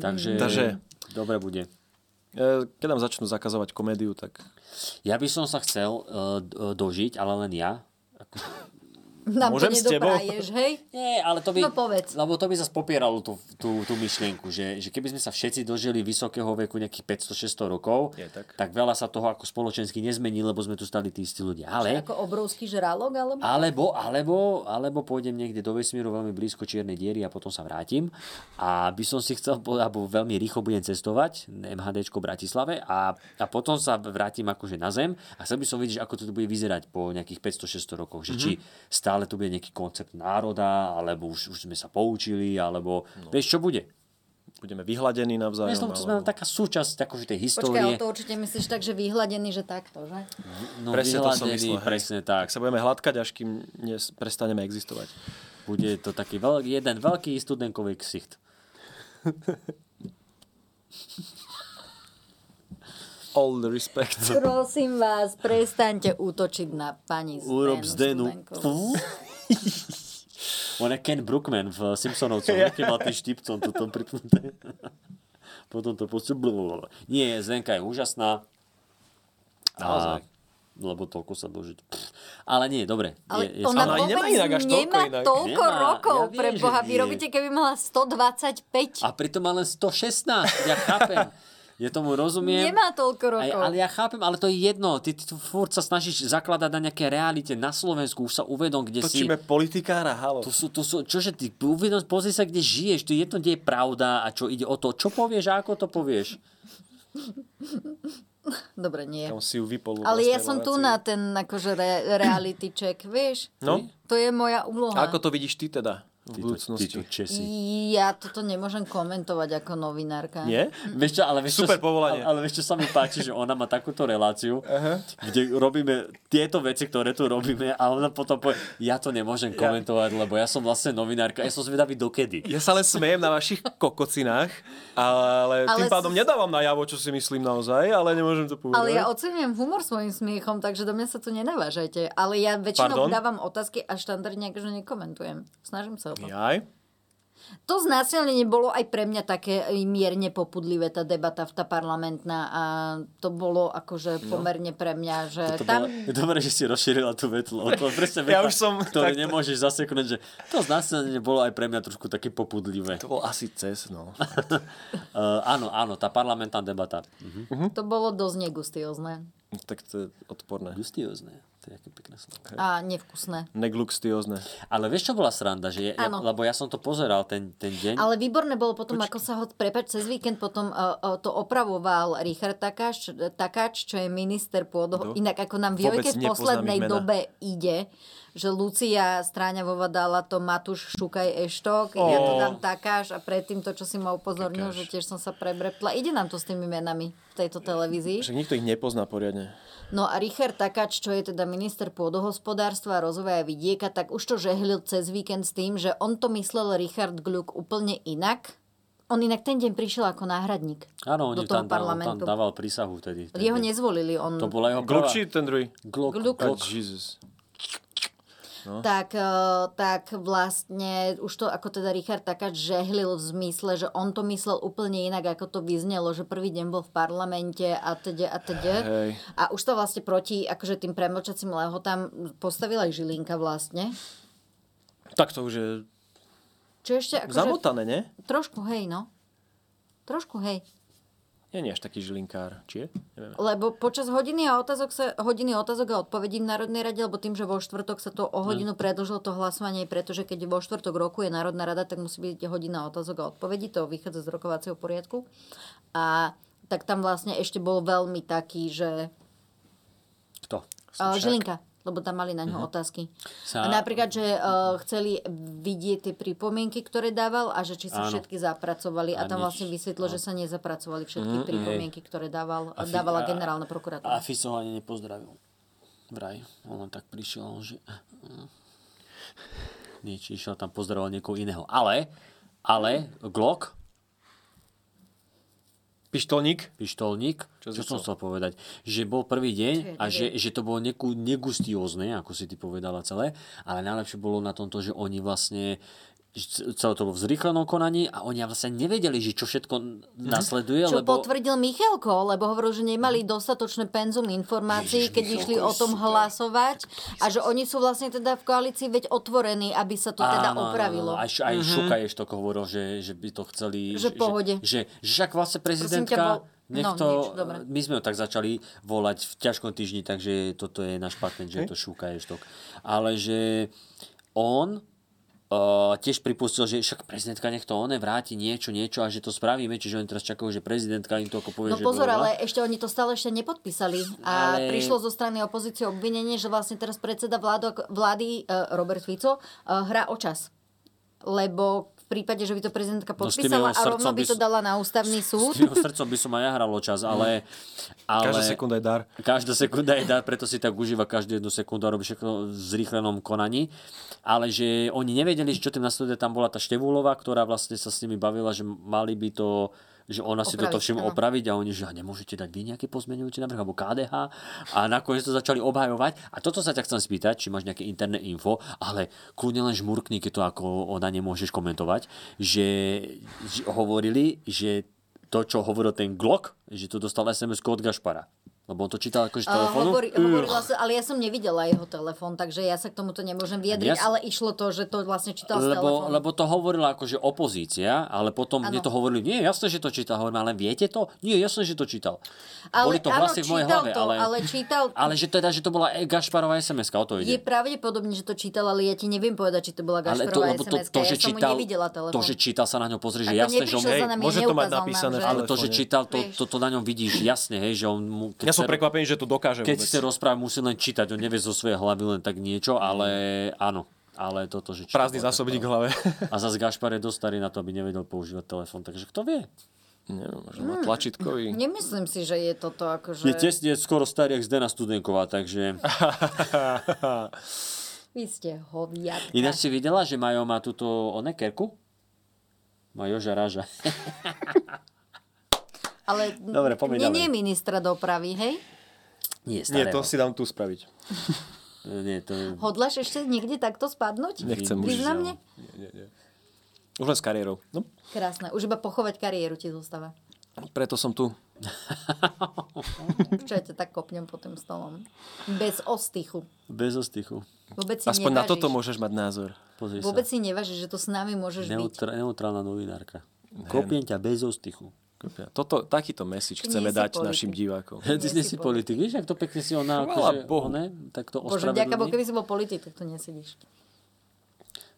Takže,
Takže.
dobre bude.
E, Keď nám začnú zakazovať komédiu, tak
eh, Ja by som sa chcel uh, dožiť, ale len ja. Ako-
Nám
Môžem
to
s tebou?
nedopraješ, hej?
Nie, ale to by,
No povedz.
lebo to by zase popieralo tú, tú, tú myšlienku, že, že keby sme sa všetci dožili vysokého veku nejakých 500-600 rokov,
Je tak.
tak veľa sa toho ako spoločensky nezmení, lebo sme tu stali tí istí ľudia.
Ale...
Ale,
Ako obrovský žralok, alebo...
alebo, alebo, alebo pôjdem niekde do vesmíru veľmi blízko čiernej diery a potom sa vrátim. A by som si chcel, po- alebo veľmi rýchlo budem cestovať na MHDčko v Bratislave a, a potom sa vrátim akože na Zem a chcel by som vidieť, že ako to tu bude vyzerať po nejakých 500-600 rokoch. Že
Mhm.
mm-hmm. či stále tu bude nejaký koncept národa, alebo už, už sme sa poučili, alebo no. vieš, čo bude.
Budeme vyhladení navzájom.
Vieš, lebo to sme taká súčasť akože tej
Počkaj, ale
histórie.
to určite myslíš tak, že vyhladený, že takto, že?
No,
presne to som
vyhladený,
myslel. hej.
Presne tak.
Tak sa budeme hladkať, až kým nes- prestaneme existovať.
Bude to taký veľký, jeden veľký studenkový ksicht.
All the respect.
Prosím vás, prestaňte útočiť na pani Zdenu.
Urob Zdenu.
Studenkovú.
On je Ken Brookman v Simpsonovcoch,
Ja.
aký mal tým štipcom toto pripnuté. Potom to proste... blablabla. Nie, Zdenka je úžasná.
Naozaj.
lebo toľko sa dožiť. Pff. Ale nie, dobre.
Ale
je, je
ona
sama.
vôbec nemá inak, až toľko, inak. toľko
Nemá,
rokov,
ja viem,
pre
že
Boha, vy
nie.
robíte, keby mala 125.
A pritom má len 116, ja chápem. Ja tomu rozumiem.
Nemá toľko
Aj,
rokov.
ale ja chápem, ale to je jedno. Ty, ty tu furt sa snažíš zakladať na nejaké realite na Slovensku. Už sa uvedom, kde si.
Točíme politikára, halo.
Tu sú, tu sú, čože ty, uvedom, pozri sa, kde žiješ. Tu je jedno, kde je pravda a čo ide o to. Čo povieš a ako to povieš?
Dobre, nie.
Tam si ju vypol. vo
Ale ja
vlastnej
som tu
relácii.
na ten akože re, reality check, vieš?
No.
To je moja úloha.
Ako to vidíš ty teda v budúcnosti?
Ty to Česi.
Ja toto nemôžem komentovať ako novinárka.
Vieš čo, ale vieš
Super
čo, povolanie. Ale, ale vieš čo sa mi páči, že ona má takúto reláciu, uh-huh. kde robíme tieto veci, ktoré tu robíme a ona potom povie, ja to nemôžem komentovať, lebo ja som vlastne novinárka, ja som zvedavý dokedy.
Ja sa len smejem na vašich kokocinách, ale,
Ale
tým pádom
s-
nedávam najavo, čo si myslím naozaj, ale nemôžem to povedať.
Ale ja ocenujem humor svojim smiechom, takže do mňa sa tu nenavážajte. Ale ja väčšinou
Pardon?
dávam otázky a štandardne akože nekomentujem. Snažím sa o to.
Jaj?
To znásilnenie bolo aj pre mňa také e, mierne popudlivé, tá debata v tá parlamentná a to bolo akože
No.
pomerne pre mňa, že
To
tam...
bolo, dobre, že si rozšírila tú vetu, lebo to je presne veta,
Ja už som
ktorú
takto-
nemôžeš zaseknúť, že to znásilnenie bolo aj pre mňa trošku také popudlivé. To
bol asi cez, no.
uh, áno, áno, tá parlamentná debata. Mhm.
To bolo dosť negustiózne
Tak to je odporné.
Gustiózne, to je aké pekné slovo.
a nevkusné.
Negluxtiózne.
Ale vieš, čo bola sranda? Že ja, ja,
Áno.
lebo ja som to pozeral ten, ten deň.
Ale výborné bolo potom, ako sa ho, prepač, cez víkend potom uh, uh, to opravoval Richard Takáč, Takáč, čo je minister pôdoho.
Kto?
Inak ako nám v
Vôbec
Jojke v
nepoznám ich
poslednej
mená.
dobe ide, že Lucia Stráňavova dala to Matúš Šukaj Eštok,
Ó.
ja to dám Takáš a predtým to, čo si ma upozornil,
Takáš.
že tiež som sa prebrepla. Ide nám to s tými menami v tejto televízii.
Však nikto ich nepozná poriadne.
No a Richard Takač, čo je teda minister pôdohospodárstva a rozvoja vidieka, tak už to žehlil cez víkend s tým, že on to myslel Richard Gluck úplne inak. On inak ten deň prišiel ako náhradník
Áno, on
do
ju
toho
tam, dával, tam
parlamentu.
dával prísahu vtedy. Ten
Jeho
deň.
nezvolili, on...
To bola jeho prvá...
Gluck či ten druhý?
Glock.
Gluck.
Oh, Jesus. No.
Tak, eh, tak vlastne už to ako teda Richard Takáč žehlil v zmysle, že on to myslel úplne inak, ako to vyznelo, že prvý deň bol v parlamente a teda a teda.
Hej.
A už to vlastne proti akože tým premlčacím lehotám postavila aj Žilinka vlastne.
Tak to už je
Čo ešte akože...
zamotané, nie?
Trošku hej, no. Trošku hej.
Ja nie až taký žilinkár, či je? Neviem.
Lebo počas hodiny a otázok sa, hodiny otázok a odpovedí v Národnej rade, lebo tým, že vo štvrtok sa to o hodinu predlžilo to hlasovanie, pretože keď vo štvrtok roku je Národná rada, tak musí byť hodina otázok a odpovedí, to vychádza z rokovacieho poriadku. A tak tam vlastne ešte bol veľmi taký, že
Kto?
uh, Žilinka, lebo tam mali na ňo otázky.
Mhm.
Sa...
Sa-
Napríklad, že uh, chceli vidieť tie pripomienky, ktoré dával a že či sa
Áno.
všetky zapracovali a,
A
tam
nič.
vlastne vysvetlo, že sa nezapracovali všetky
Mm,
pripomienky, ktoré dával,
A fi-
dávala
a-
generálna
A
prokuratúra.
Fico ho ani nepozdravil. Vraj. On len tak prišiel, že... Nič, išiel tam pozdravoval niekoho iného. Ale, ale, Glock,
Pištolník?
pištolník, Čo, som chcel povedať? Že bol prvý deň a že,
Čiže-
že to bolo neku, negustiózne, ako si ty povedala celé, ale najlepšie bolo na tomto, že oni vlastne že celé to bolo v zrýchlenom konaní a oni vlastne nevedeli, že čo všetko nasleduje,
Čo
lebo... Mhm.
potvrdil Michalko, lebo hovoril, že nemali dostatočné penzum informácií, keď
Michalko
išli
je
o tom hlasovať a že oni sú vlastne teda v koalícii veď otvorení, aby sa to teda
Áno, áno,
opravilo.
áno. Aj, aj
Mhm.
mm-hmm. Šuka ešte to hovoril, že, že by to chceli...
Že v pohode.
Že, že, že však vlastne prezidentka...
ťa, bol- no,
Nech to,
nič, dobre.
my sme ho tak začali volať v ťažkom týždni, takže toto je náš patent, že je to Šúka Eštok. Ale že on uh, tiež pripustil, že však prezidentka nech to one vráti niečo, niečo a že to spravíme, čiže oni teraz čakajú, že prezidentka im to ako povie,
No
že
pozor,
bla, bla, bla.
ale ešte oni to stále ešte nepodpísali a
Ale-
prišlo zo strany opozície obvinenie, že vlastne teraz predseda vládok, vlády eh, Robert Fico eh, hrá o čas. Lebo v prípade, že by to prezidentka
No s tým
podpísala a
jeho
rovno
srdcom
by
by
to
s-
dala na ústavný
S
súd. e,
jeho srdcom by som aj ja hral o čas, ale... ale
Mhm. Každá sekunda je dar.
Každá sekunda je dar, preto si tak užíva každú jednu sekundu a robí všetko v zrýchlenom konaní. Ale že oni nevedeli, že čo tým nasleduje, tam bola tá Števulová, ktorá vlastne sa s nimi bavila, že mali by to že ona si
Opraviť,
toto všim
áno.
opraviť a oni, že a nemôžete dať vy nejaký pozmenujúci návrh alebo KDH a nakoniec to začali obhajovať. A toto sa ťa chcem spýtať, či máš nejaké interné info, ale kľudne len žmurkni, keď to ako ona nemôžeš komentovať, že, že hovorili, že to, čo hovoril ten Glock, že to dostal sms od Gašpara. Lebo on to čítal akože z
Eh,
telefónu.
hovorí, hovorila sa, ale ja som nevidela jeho telefón, takže ja sa k tomuto nemôžem vyjadriť,
Ja som-
ale išlo to, že to vlastne čítal z
lebo,
telefónu.
lebo to hovorila akože opozícia, ale potom
Áno.
mne to hovorili, nie, jasné, že to čítal, hovorím, ale viete to? Nie, jasné, že to čítal. Boli to
áno,
hlasy v mojej
čítal
hlave,
to,
ale,
ale čítal,
ale že teda, že to bola e, Gašparova sms o to
Je
ide.
pravdepodobne, že to čítal, ale ja ti neviem povedať, či to bola
Ale
Gašparová
lebo
SMS.
to, že
ja som mu
čítal,
nevidela telefón.
to, že čítal sa na ňom pozrie, že
Ako
jasné, že on...
neprišiel za nami, Môže to mať neukázal nám, napísané že- v
Ale to, že
telefóne.
čítal, to,
Vieš.
to, to na ňom vidíš, jasne, hej, že on... Mu, keď
Ja som
sa-
prekvapený, že to dokáže
Keď
vôbec.
ste rozpráva, musí len čítať, on nevie zo svojej hlavy len tak niečo, ale áno. Ale toto, že čítal,
Prázdny zásobník v hlave.
A zase Gašpar je dosť starý na to, aby nevedel používať telefón, takže kto vie?
Neviem, no, možno
má Hmm.
tlačítkový.
Nemyslím si, že je toto akože...
Je, tesne, je skoro starý, jak Zdena Studenková, takže...
Vy ste hoviatka.
Ináč si videla, že Majo má túto oné kerku? Má Joža Raža.
Ale
Dobre, poďme
nie,
ďalej.
nie ministra dopravy, hej?
Nie,
Nie,
starého.
to si dám tu spraviť.
Nie, to je...
Hodláš ešte niekde takto spadnúť?
Nechcem už.
Významne?
Nie, nie, nie. Už len s kariérou. No,
Krásne. Už iba pochovať kariéru ti zostáva.
preto som tu.
Čo ja ťa tak kopnem pod tým stolom. Bez ostychu.
Bez ostychu.
Vôbec si
Aspoň na
nevážiš.
toto môžeš mať názor.
Pozri
Vôbec si
sa.
nevážiš, že to s nami môžeš byť.
Neutra, neutrálna novinárka. Kopiem ťa bez ostychu.
Toto, takýto message
Ty nie
chceme
si
dať
politik.
našim divákom.
Ty nie si politik, vieš, ak to pekne si ona...
Chvála
akože,
Bohu.
Ne, tak to
Bože, vďaka Bohu,
ospravedlní.
keby si bol politik, tak tu nesedíš.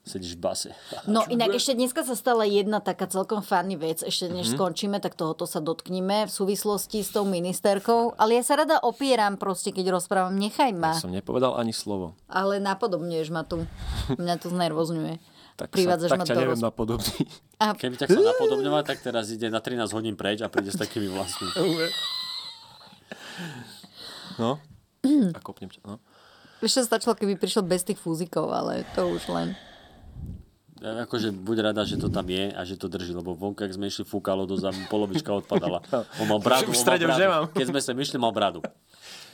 Sedíš v base.
No
Akože
inak ešte dneska sa stala jedna taká celkom fanny vec, ešte než
Mhm.
skončíme, tak tohoto sa dotkneme v súvislosti s tou ministerkou, ale ja sa rada opieram proste, keď rozprávam, nechaj ma,
Ja som nepovedal ani slovo.
ale napodobňuješ ma tu, mňa to znervozňuje.
Tak,
Privádzaš
sa,
ma
tak ťa
do
neviem
no,
roz...
napodobniť.
A
Keby tak sa napodobňovať, tak teraz ide na 13 hodín preč a príde s takými vlastnými.
No. A kopnem ťa. No.
ešte stačilo, keby prišiel bez tých fúzikov, ale to už len.
Ja Akože buď rada, že to tam je a že to drží, lebo vonka, ak sme išli, fúkalo do zam, polovička odpadala. On mal bradu,
Už
on mal
No. v strede už
bradu.
nemám.
Keď sme sem išli, mal bradu.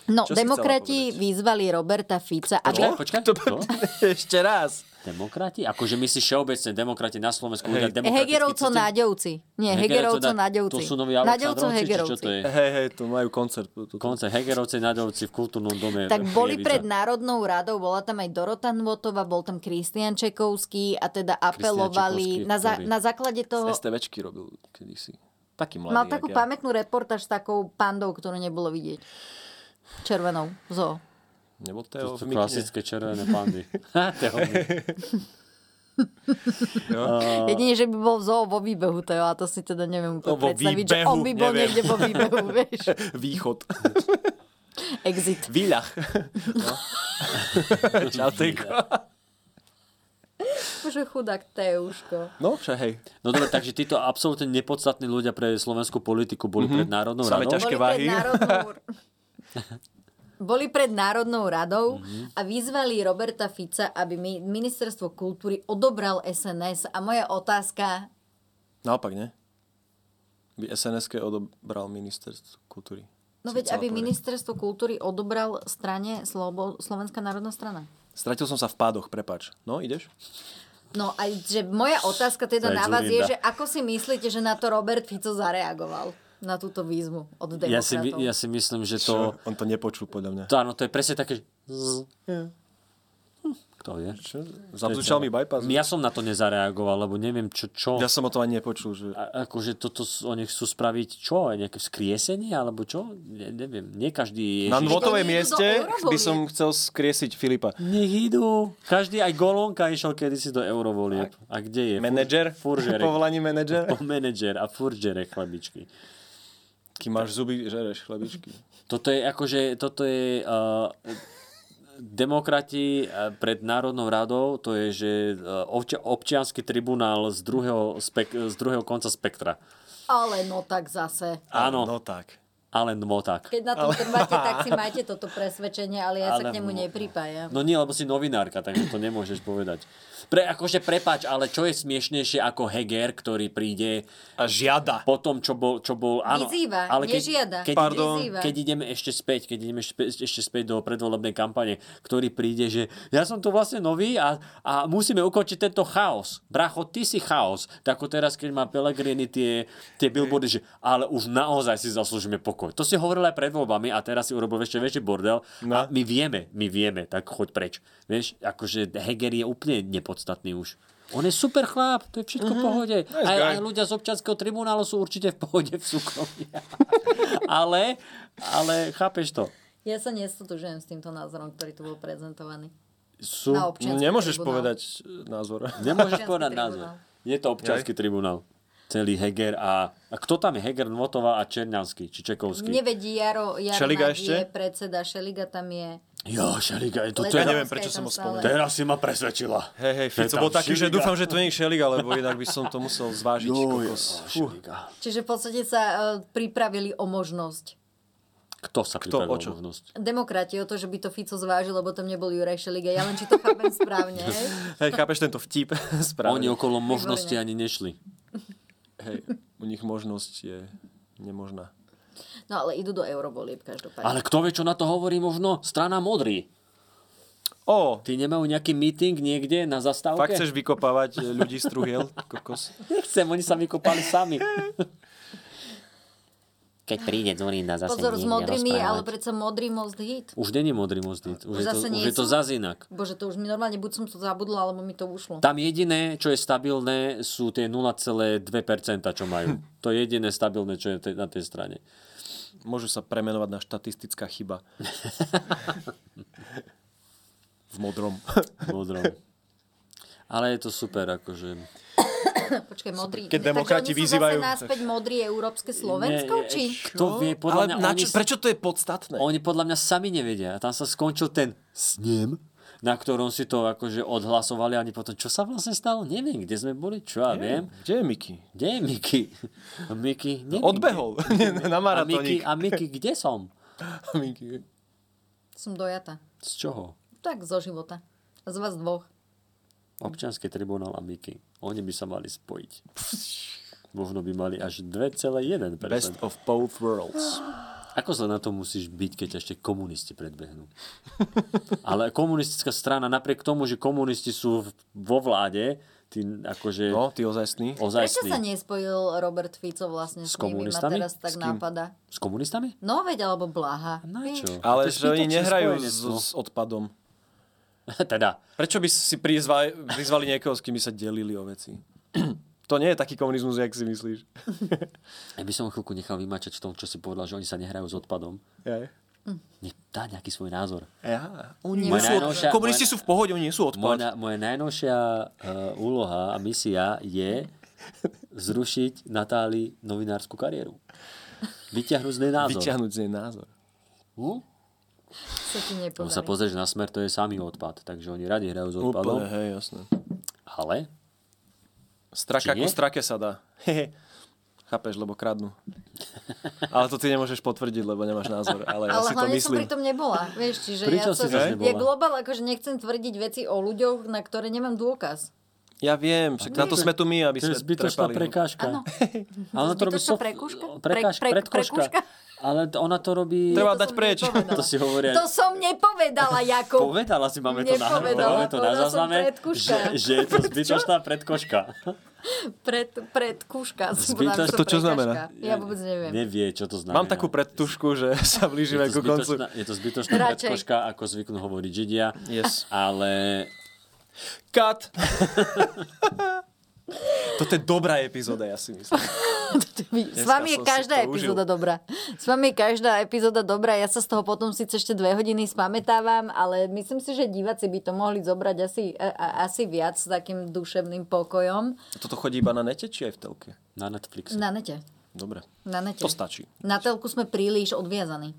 No,
Čo si
demokrati vyzvali Roberta Fica,
Počkaj,
aby...
počkaj. To?
Ešte raz.
Demokrati? Akože my si všeobecne demokrati na Slovensku hey.
Hegerovco nádejovci. Nie, Hegerovco nádejovci.
To sú noví
Nádejovco
Aleksandrovci, či čo
Hegerovci.
to je?
Hej, hej, tu majú koncert.
Koncert Hegerovci, nádejovci v kultúrnom dome.
Tak boli
Prievidza.
pred Národnou radou, bola tam aj Dorota Nvotová, bol tam Kristian Čekovský a teda apelovali
Čekovský,
na, za,
ktorý
na základe toho...
STVčky robil kedysi. Taký mladý.
Mal
jak
takú
ja.
pamätnú reportáž s takou pandou, ktorú nebolo vidieť. Červenou, zo.
Nebol to,
To
jeho
sú
v Mikine?
klasické červené pandy. Teo.
Jo.
Jedine, že by bol v zoo vo výbehu, to jo, a to si teda neviem úplne
No, vo
predstaviť, že
výbehu,
on by bol
neviem.
niekde vo výbehu, vieš.
Východ.
Exit.
Výľah. No. Čau,
Bože, chudák Teuško.
No, však hej.
No dobre, takže títo absolútne nepodstatní ľudia pre slovenskú politiku boli
Mhm.
pred Národnou
Samé
radou.
ťažké
Boli pred Národnou... Boli pred Národnou radou
Mhm.
a vyzvali Roberta Fica, aby mi ministerstvo kultúry odobral SNS. A moja otázka,
Naopak, ne? By SNSK odobral ministerstvo kultúry.
No
som
veď,
chcela
aby
povedať.
ministerstvo kultúry odobral strane Slobo, Slovenská národná strana.
Stratil som sa v pádoch, prepač. No, ideš?
No a že moja otázka teda
To je
na vás je,
Zurinda.
že ako si myslíte, že na to Robert Fico zareagoval? Na túto výzvu od demokratov.
Ja si, my- ja si myslím, že to...
On to nepočul, podľa mňa.
To, áno, to je presne také, že... z- Kto vie?
Zabzučal mi bypass.
Ja som na to nezareagoval, lebo neviem, čo... čo.
Ja som o tom ani nepočul. Že...
A, akože toto s- oni chcú spraviť čo? Nejaké vzkriesenie? Alebo čo? Ne, neviem. Nie každý...
Na
Ježiš-
dvotovej mieste by som chcel skriesiť Filipa.
Nech idú. Každý, aj Golonka išiel kedysi do eurovolieb. A kde je?
Manager?
Furže.
Povolaní manager?
Po manager a furže chlabičky.
Kým máš zuby, žereš chlebičky.
Toto je akože, toto je uh, demokrati eh, pred Národnou radou, to je, že eh, obča- občianský tribunál z druhého, spek- z druhého konca spektra.
Ale no tak zase.
Áno.
No tak.
Ale no tak.
Keď na tom trváte, tak si máte toto presvedčenie, ale ja sa k
Ale
nemu
no.
nepripájam.
No nie, lebo si novinárka, takže to nemôžeš povedať. Pre, akože prepač, ale čo je smiešnejšie ako Heger, ktorý príde
a žiada
po tom, čo bol, čo bol áno,
Vyzýva,
ale keď,
nežiada,
keď,
Pardon. vyzýva.
keď ideme ešte späť, keď ideme ešte, späť- ešte späť do predvolebnej kampane, ktorý príde, že ja som tu vlastne nový a, a musíme ukončiť tento chaos. Bracho, ty si chaos. Tak ako teraz, keď má Pellegrini tie, tie billboardy, že ale už naozaj si zaslúžime pokoj. To si hovoril aj pred voľbami a teraz si urobil ešte väčší bordel. No. A my vieme, my vieme, tak choď preč. Vieš, akože Heger je úplne nepodstatný už. On je super chlap, to je všetko v pohode.
Nice
Aj,
guy.
aj ľudia z občanského tribunálu sú určite v pohode v súkromí. ale, ale chápeš to.
Ja sa nestotožujem s týmto názorom, ktorý tu bol prezentovaný.
Sú,
Na občiansky
Nemôžeš
tribunál.
povedať
e,
názor.
Nemôžeš
Občiansky
povedať
tribunál.
názor. Je to občanský tribunál. Celý Heger a... A kto tam je? Heger, Notová a Čerňanský, či Čekovský?
Nevedí Jaro, Jaro
Šeliga
Nagy
ešte?
je predseda, Šeliga tam je.
Jo, Šeliga,
Ledanovská
to, to
Ja
je...
neviem, prečo je tam som ho stále. spomenul.
Teraz si ma presvedčila.
Hej, hej, Fico bol taký, že dúfam, že to nie je Šeliga, lebo inak by som to musel zvážiť. kokos. Fú.
Čiže v podstate sa e, pripravili o možnosť.
Kto sa
Kto, o
pripravil
čo?
možnosť?
Demokrati o to, že by to Fico zvážil, lebo tam nebol Juraj Šeliga. Ja len či to chápem správne. hej?
Hej, chápeš tento vtip? Správne.
Oni okolo možnosti ani nešli.
Hej, u nich možnosť je nemožná.
No ale idú do eurovolieb každopádne.
Ale kto vie, čo na to hovorí možno? Strana modrý.
O.
Ty nemajú nejaký meeting niekde na zastávke?
Fakt chceš vykopávať e, ľudí z truhiel? Kokos.
Nechcem, oni sa vykopali sami. Keď príde Zurinda zase
Pozor s
niekde
modrými,
rozprávať.
ale predsa modrý most hit.
Už není modrý mozdit, už, je to,
zase nie
už je to
sú?
zás inak.
Bože, to už mi normálne, buď som to zabudla, alebo mi to ušlo.
Tam jediné, čo je stabilné, sú tie 0,2%, čo majú. To je jediné stabilné, čo je te- na tej strane.
Môžu sa premenovať na štatistická chyba. V modrom.
V modrom. Ale je to super, akože...
Počkaj, modrý.
Keď
Takže oni
demokrati
sú
vyzývajú-
Zase náspäť modrý európske Slovensko,
Nie,
či?
Kto e, vie, podľa
Ale
mňa...
na
oni
čo-
s-
prečo to je podstatné?
Oni podľa mňa sami nevedia. A tam sa skončil ten s ním, na ktorom si to akože odhlasovali ani potom, čo sa vlastne stalo? Neviem, kde sme boli, čo ja viem.
Kde je Miky?
Kde je Miky? A Miky, neviem,
Odbehol na maratónik.
A Miky, a Miky, kde som?
Miky.
Som dojata.
Z čoho?
Tak zo života. Z vás dvoch.
Občianský tribunál a Miky. Oni by sa mali spojiť. Možno by mali až 2,1%.
Best of both worlds.
Ako zle na to musíš byť, keď ťa ešte komunisti predbehnú? Ale komunistická strana, napriek tomu, že komunisti sú v- vo vláde, tí akože...
No, tí ozajstní.
Prečo sa
Ozajstní.
nespojil Robert Fico vlastne s, nimi?
S
Ma
komunistami?
teraz tak
S kým?
nápada.
S komunistami?
No veď, alebo blaha. No
čo? To
Ale
je
že oni
zbytočné
nehrajú s,
spojenectvo.
s odpadom.
teda.
Prečo by si prizvali, prizvali niekoho, s kým by sa delili o veci? to nie je taký komunizmus, jak si myslíš.
Ja by som ho chvíľku nechal vymačať v tom, čo si povedal, že oni sa nehrajú s odpadom.
Ja.
Nech dá nejaký svoj názor.
Ja. Oni nie
Moja
sú,
najnovšia-
komunisti
moja-
sú v pohode, oni nie sú
Moja,
odpad.
na- moja najnovšia uh, úloha a misia je zrušiť Natáli novinárskú kariéru. Vyťahnuť z nej názor.
Vyťahnuť z nej názor.
Hm?
Sa ti
Lebo
nepodarí.
sa pozrieš na smer, to je samý odpad. Takže oni radi hrajú s odpadom.
Úplne, hej, jasné.
Ale
Straka
Či nie?
ku strake sa dá. Hehe. Chápeš, lebo kradnú. Ale to ty nemôžeš potvrdiť, lebo nemáš názor. Ale, ja
ale
si to
hlavne som
myslím.
pri tom nebola. Vieš, čiže
Pri
ja,
čom
som,
si zase
ja
nebola?
globál akože nechcem tvrdiť veci o ľuďoch, na ktoré nemám dôkaz.
Ja viem, však na to sme tu my, aby
To
sme no.
je zbytočná
trepali.
prekážka.
Áno.
Ale ona to robí
Zbytočná
soft...
prekuška?
prekáž-
Pre- pre-
predkoška.
prekuška?
Ale t- ona to robí...
Treba
To dať som preč. nepovedala.
To si hovoria...
To som nepovedala, Jakub.
Povedala si, máme to na,
Nepovedala,
máme to na
povedala som
zázname,
predkuška.
že, že je to zbytočná predkoška.
Pred, pred kúška. som
Zbytoč-
povedala, že
to čo
prekažka.
znamená?
Ja vôbec neviem.
Nevie, čo to znamená.
Mám takú predtušku, že sa blížime
je to
ku koncu.
zbytočná, je to zbytočná
Radšej.
predkoška, ako zvyknú hovoriť Židia.
Yes.
Ale...
Cut! Toto je dobrá epizóda, ja si myslím.
S vami je
som si
každá
to užil.
epizóda dobrá. S vami je každá epizóda dobrá. Ja sa z toho potom síce ešte dve hodiny spamätávam, ale myslím si, že diváci by to mohli zobrať asi, a, a, asi viac s takým duševným pokojom.
Toto chodí iba na nete, či aj v telke?
Na Netflixe.
Na nete.
Dobre.
Na nete.
To stačí.
Na telku sme príliš odviazaní.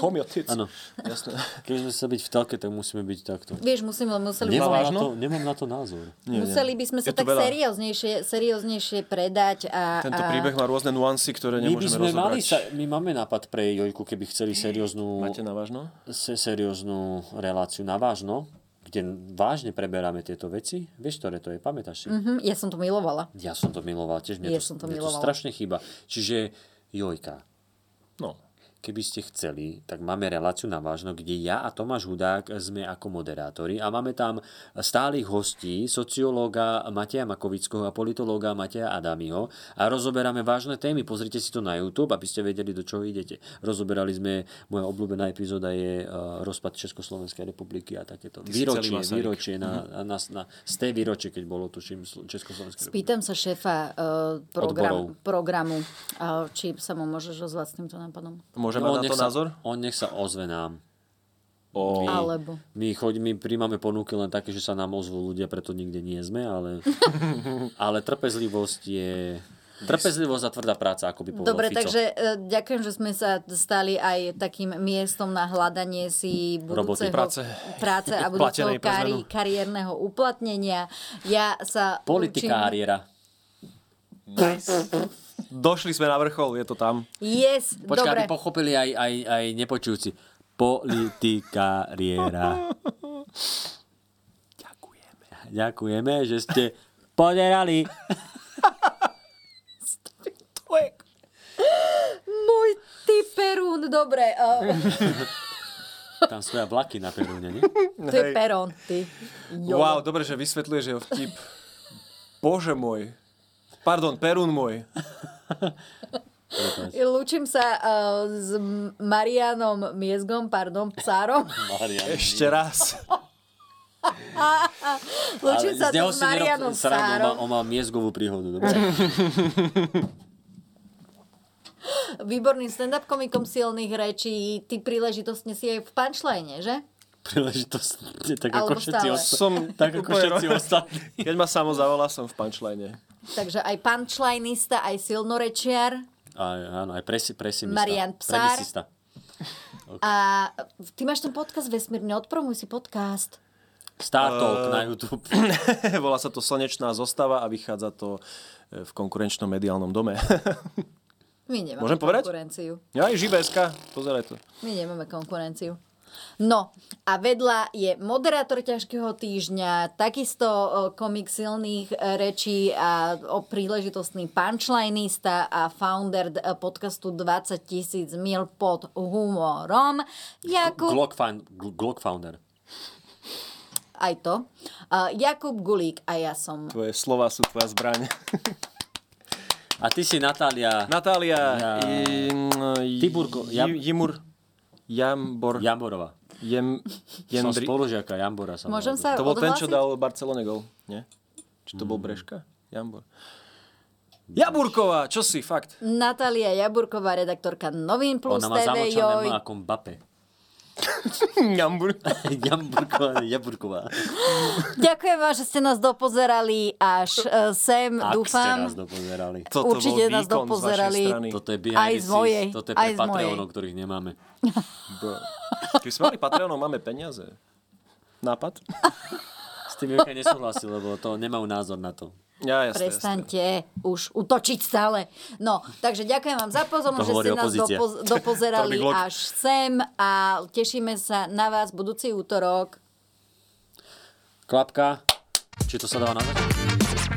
Kom your tits.
Áno.
Jasné.
Keď sme sa byť v telke, tak musíme byť takto.
Vieš, musíme, museli by sme...
Nemám na to, nemám na to názor.
Museli by sme sa
Je to
tak
veľa.
serióznejšie, serióznejšie predať a...
Tento
a...
príbeh má rôzne nuancy, ktoré
My by
nemôžeme
sme mali
rozobrať.
sa, my máme nápad pre Jojku, keby chceli serióznu,
Máte na no? vážno?
se, serióznu reláciu na vážno, kde vážne preberáme tieto veci. Vieš, ktoré to je? Pamätáš si?
Mhm, ja som to milovala.
Ja som to miloval tiež. Mne
Ja
to,
som to
mne to
milovala.
strašne chýba. Čiže Jojka,
No.
keby ste chceli, tak máme reláciu na vážno, kde ja a Tomáš Hudák sme ako moderátori a máme tam stálych hostí, sociológa Mateja Makovického a politológa Mateja Adamiho a rozoberáme vážne témy. Pozrite si to na YouTube, aby ste vedeli, do čoho idete. Rozoberali sme, moja obľúbená epizóda je eh, rozpad Československej republiky a takéto
Ty si celý
výročie,
Masaryk. Mhm.
výročie na, na, na, z tej výročie, keď bolo, tuším, Slo- Československé
Spýtam sa šéfa uh, program,
Odborov.
programu, uh, či sa mu môžeš ozvať s týmto nápadom.
Môže
No, on
mať na
nech
to
sa,
názor?
On nech sa ozve nám. My,
Alebo.
my, choď, my príjmame ponuky len také, že sa nám ozvú ľudia, preto nikde nie sme, ale, ale trpezlivosť je... Trpezlivosť a tvrdá práca, ako by povedal
Dobre,
Fico.
takže e, ďakujem, že sme sa stali aj takým miestom na hľadanie si budúceho
Roboty, práce.
práce a budúceho
Platenej pre
kari,
zmenu.
kariérneho uplatnenia. Ja sa učím...
Politikáriera.
Došli sme na vrchol, je to tam.
Yes, dobre.
Počkaj, aby pochopili aj, aj, aj nepočujúci. Politikáriera. Ďakujeme. Ďakujeme, že ste poderali.
Môj ty Perún, dobre. e,
Tam sú aj vlaky na Perúne, nie?
ty Perón, ty. Jo.
Wow, dobre, že vysvetľuješ jeho vtip. Bože môj. Pardon, Perún môj.
Lúčim sa e, s M- Marianom Miezgom, pardon, Psárom.
Ešte raz.
Lúčim sa
z neho
tu s
si nerob
Marianom
srandu, no. on,
Psárom.
mal, on mal miezgovú príhodu. Dobre.
Výborným stand-up komikom silných rečí. Ty príležitostne si aj v punchline, že?
Príležitostne, tak
Alebo
ako všetci,
stále.
osta-
Som
tak ako
úplne
všetci
rovnaký.
ostatní.
Keď ma samo zavolá, som v punchline.
Takže aj punchlineista, aj silnorečiar.
Aj, áno, aj presi, presimista.
Marian Psár.
Premisista.
A ty máš ten podcast vesmírne, odpromuj si podcast.
Star Talk
Eh.
na YouTube.
Volá sa to Slnečná zostava a vychádza to e, v konkurenčnom mediálnom dome.
My nemáme
Môžem povedať?
konkurenciu.
ja aj Žibeska, pozeraj to.
My nemáme konkurenciu. No a vedľa je moderátor ťažkého týždňa, takisto o, komik silných e, rečí a o príležitostný punchlineista a founder d- e, podcastu 20 tisíc mil pod humorom. Jakub
Glock, fan, gl- Glock Founder.
aj to. Uh, Jakub Gulík a ja som.
Tvoje slova sú tvoja zbraň.
A ty si Natália
Natália. e,
Ja- Tiburko- Jam-
Jimur. Jambor.
Jamborová.
Jem,
Som
jendri.
spolužiaka Jambora. Sa
Môžem
volá.
sa
To bol ten, čo
odhlásiť?
dal Barcelone gol, nie? Či to bol Breška? Jambor. Jaburková, čo si, fakt.
Natália Jaburková, redaktorka Novín Plus
Ona má
TV.
zamočané
Joj.
M ako Mbappé.
Jambur.
Jamburková, Jaburková.
Ďakujem vám, že ste nás dopozerali až e, sem,
Ak ste
dúfam.
nás dopozerali.
Toto bol
Určite nás
výkon z vašej
dopozerali.
strany.
Toto je
Aj
behind the
z mojej,
scenes. Toto je
aj
pre
z mojej.
Patreonov, ktorých nemáme.
Bro. Keby sme mali Patreonov, máme peniaze. Nápad?
S tým Jurka nesúhlasí, lebo to nemajú názor na to.
Ja, jasne, jasne.
Prestaňte už utočiť stále. No, takže ďakujem vám za pozornosť,
To
že
hovorí
ste nás
opozícia.
dopoz- dopozerali
To robí blok.
až sem a tešíme sa na vás budúci útorok.
klapka. Či to sa dá na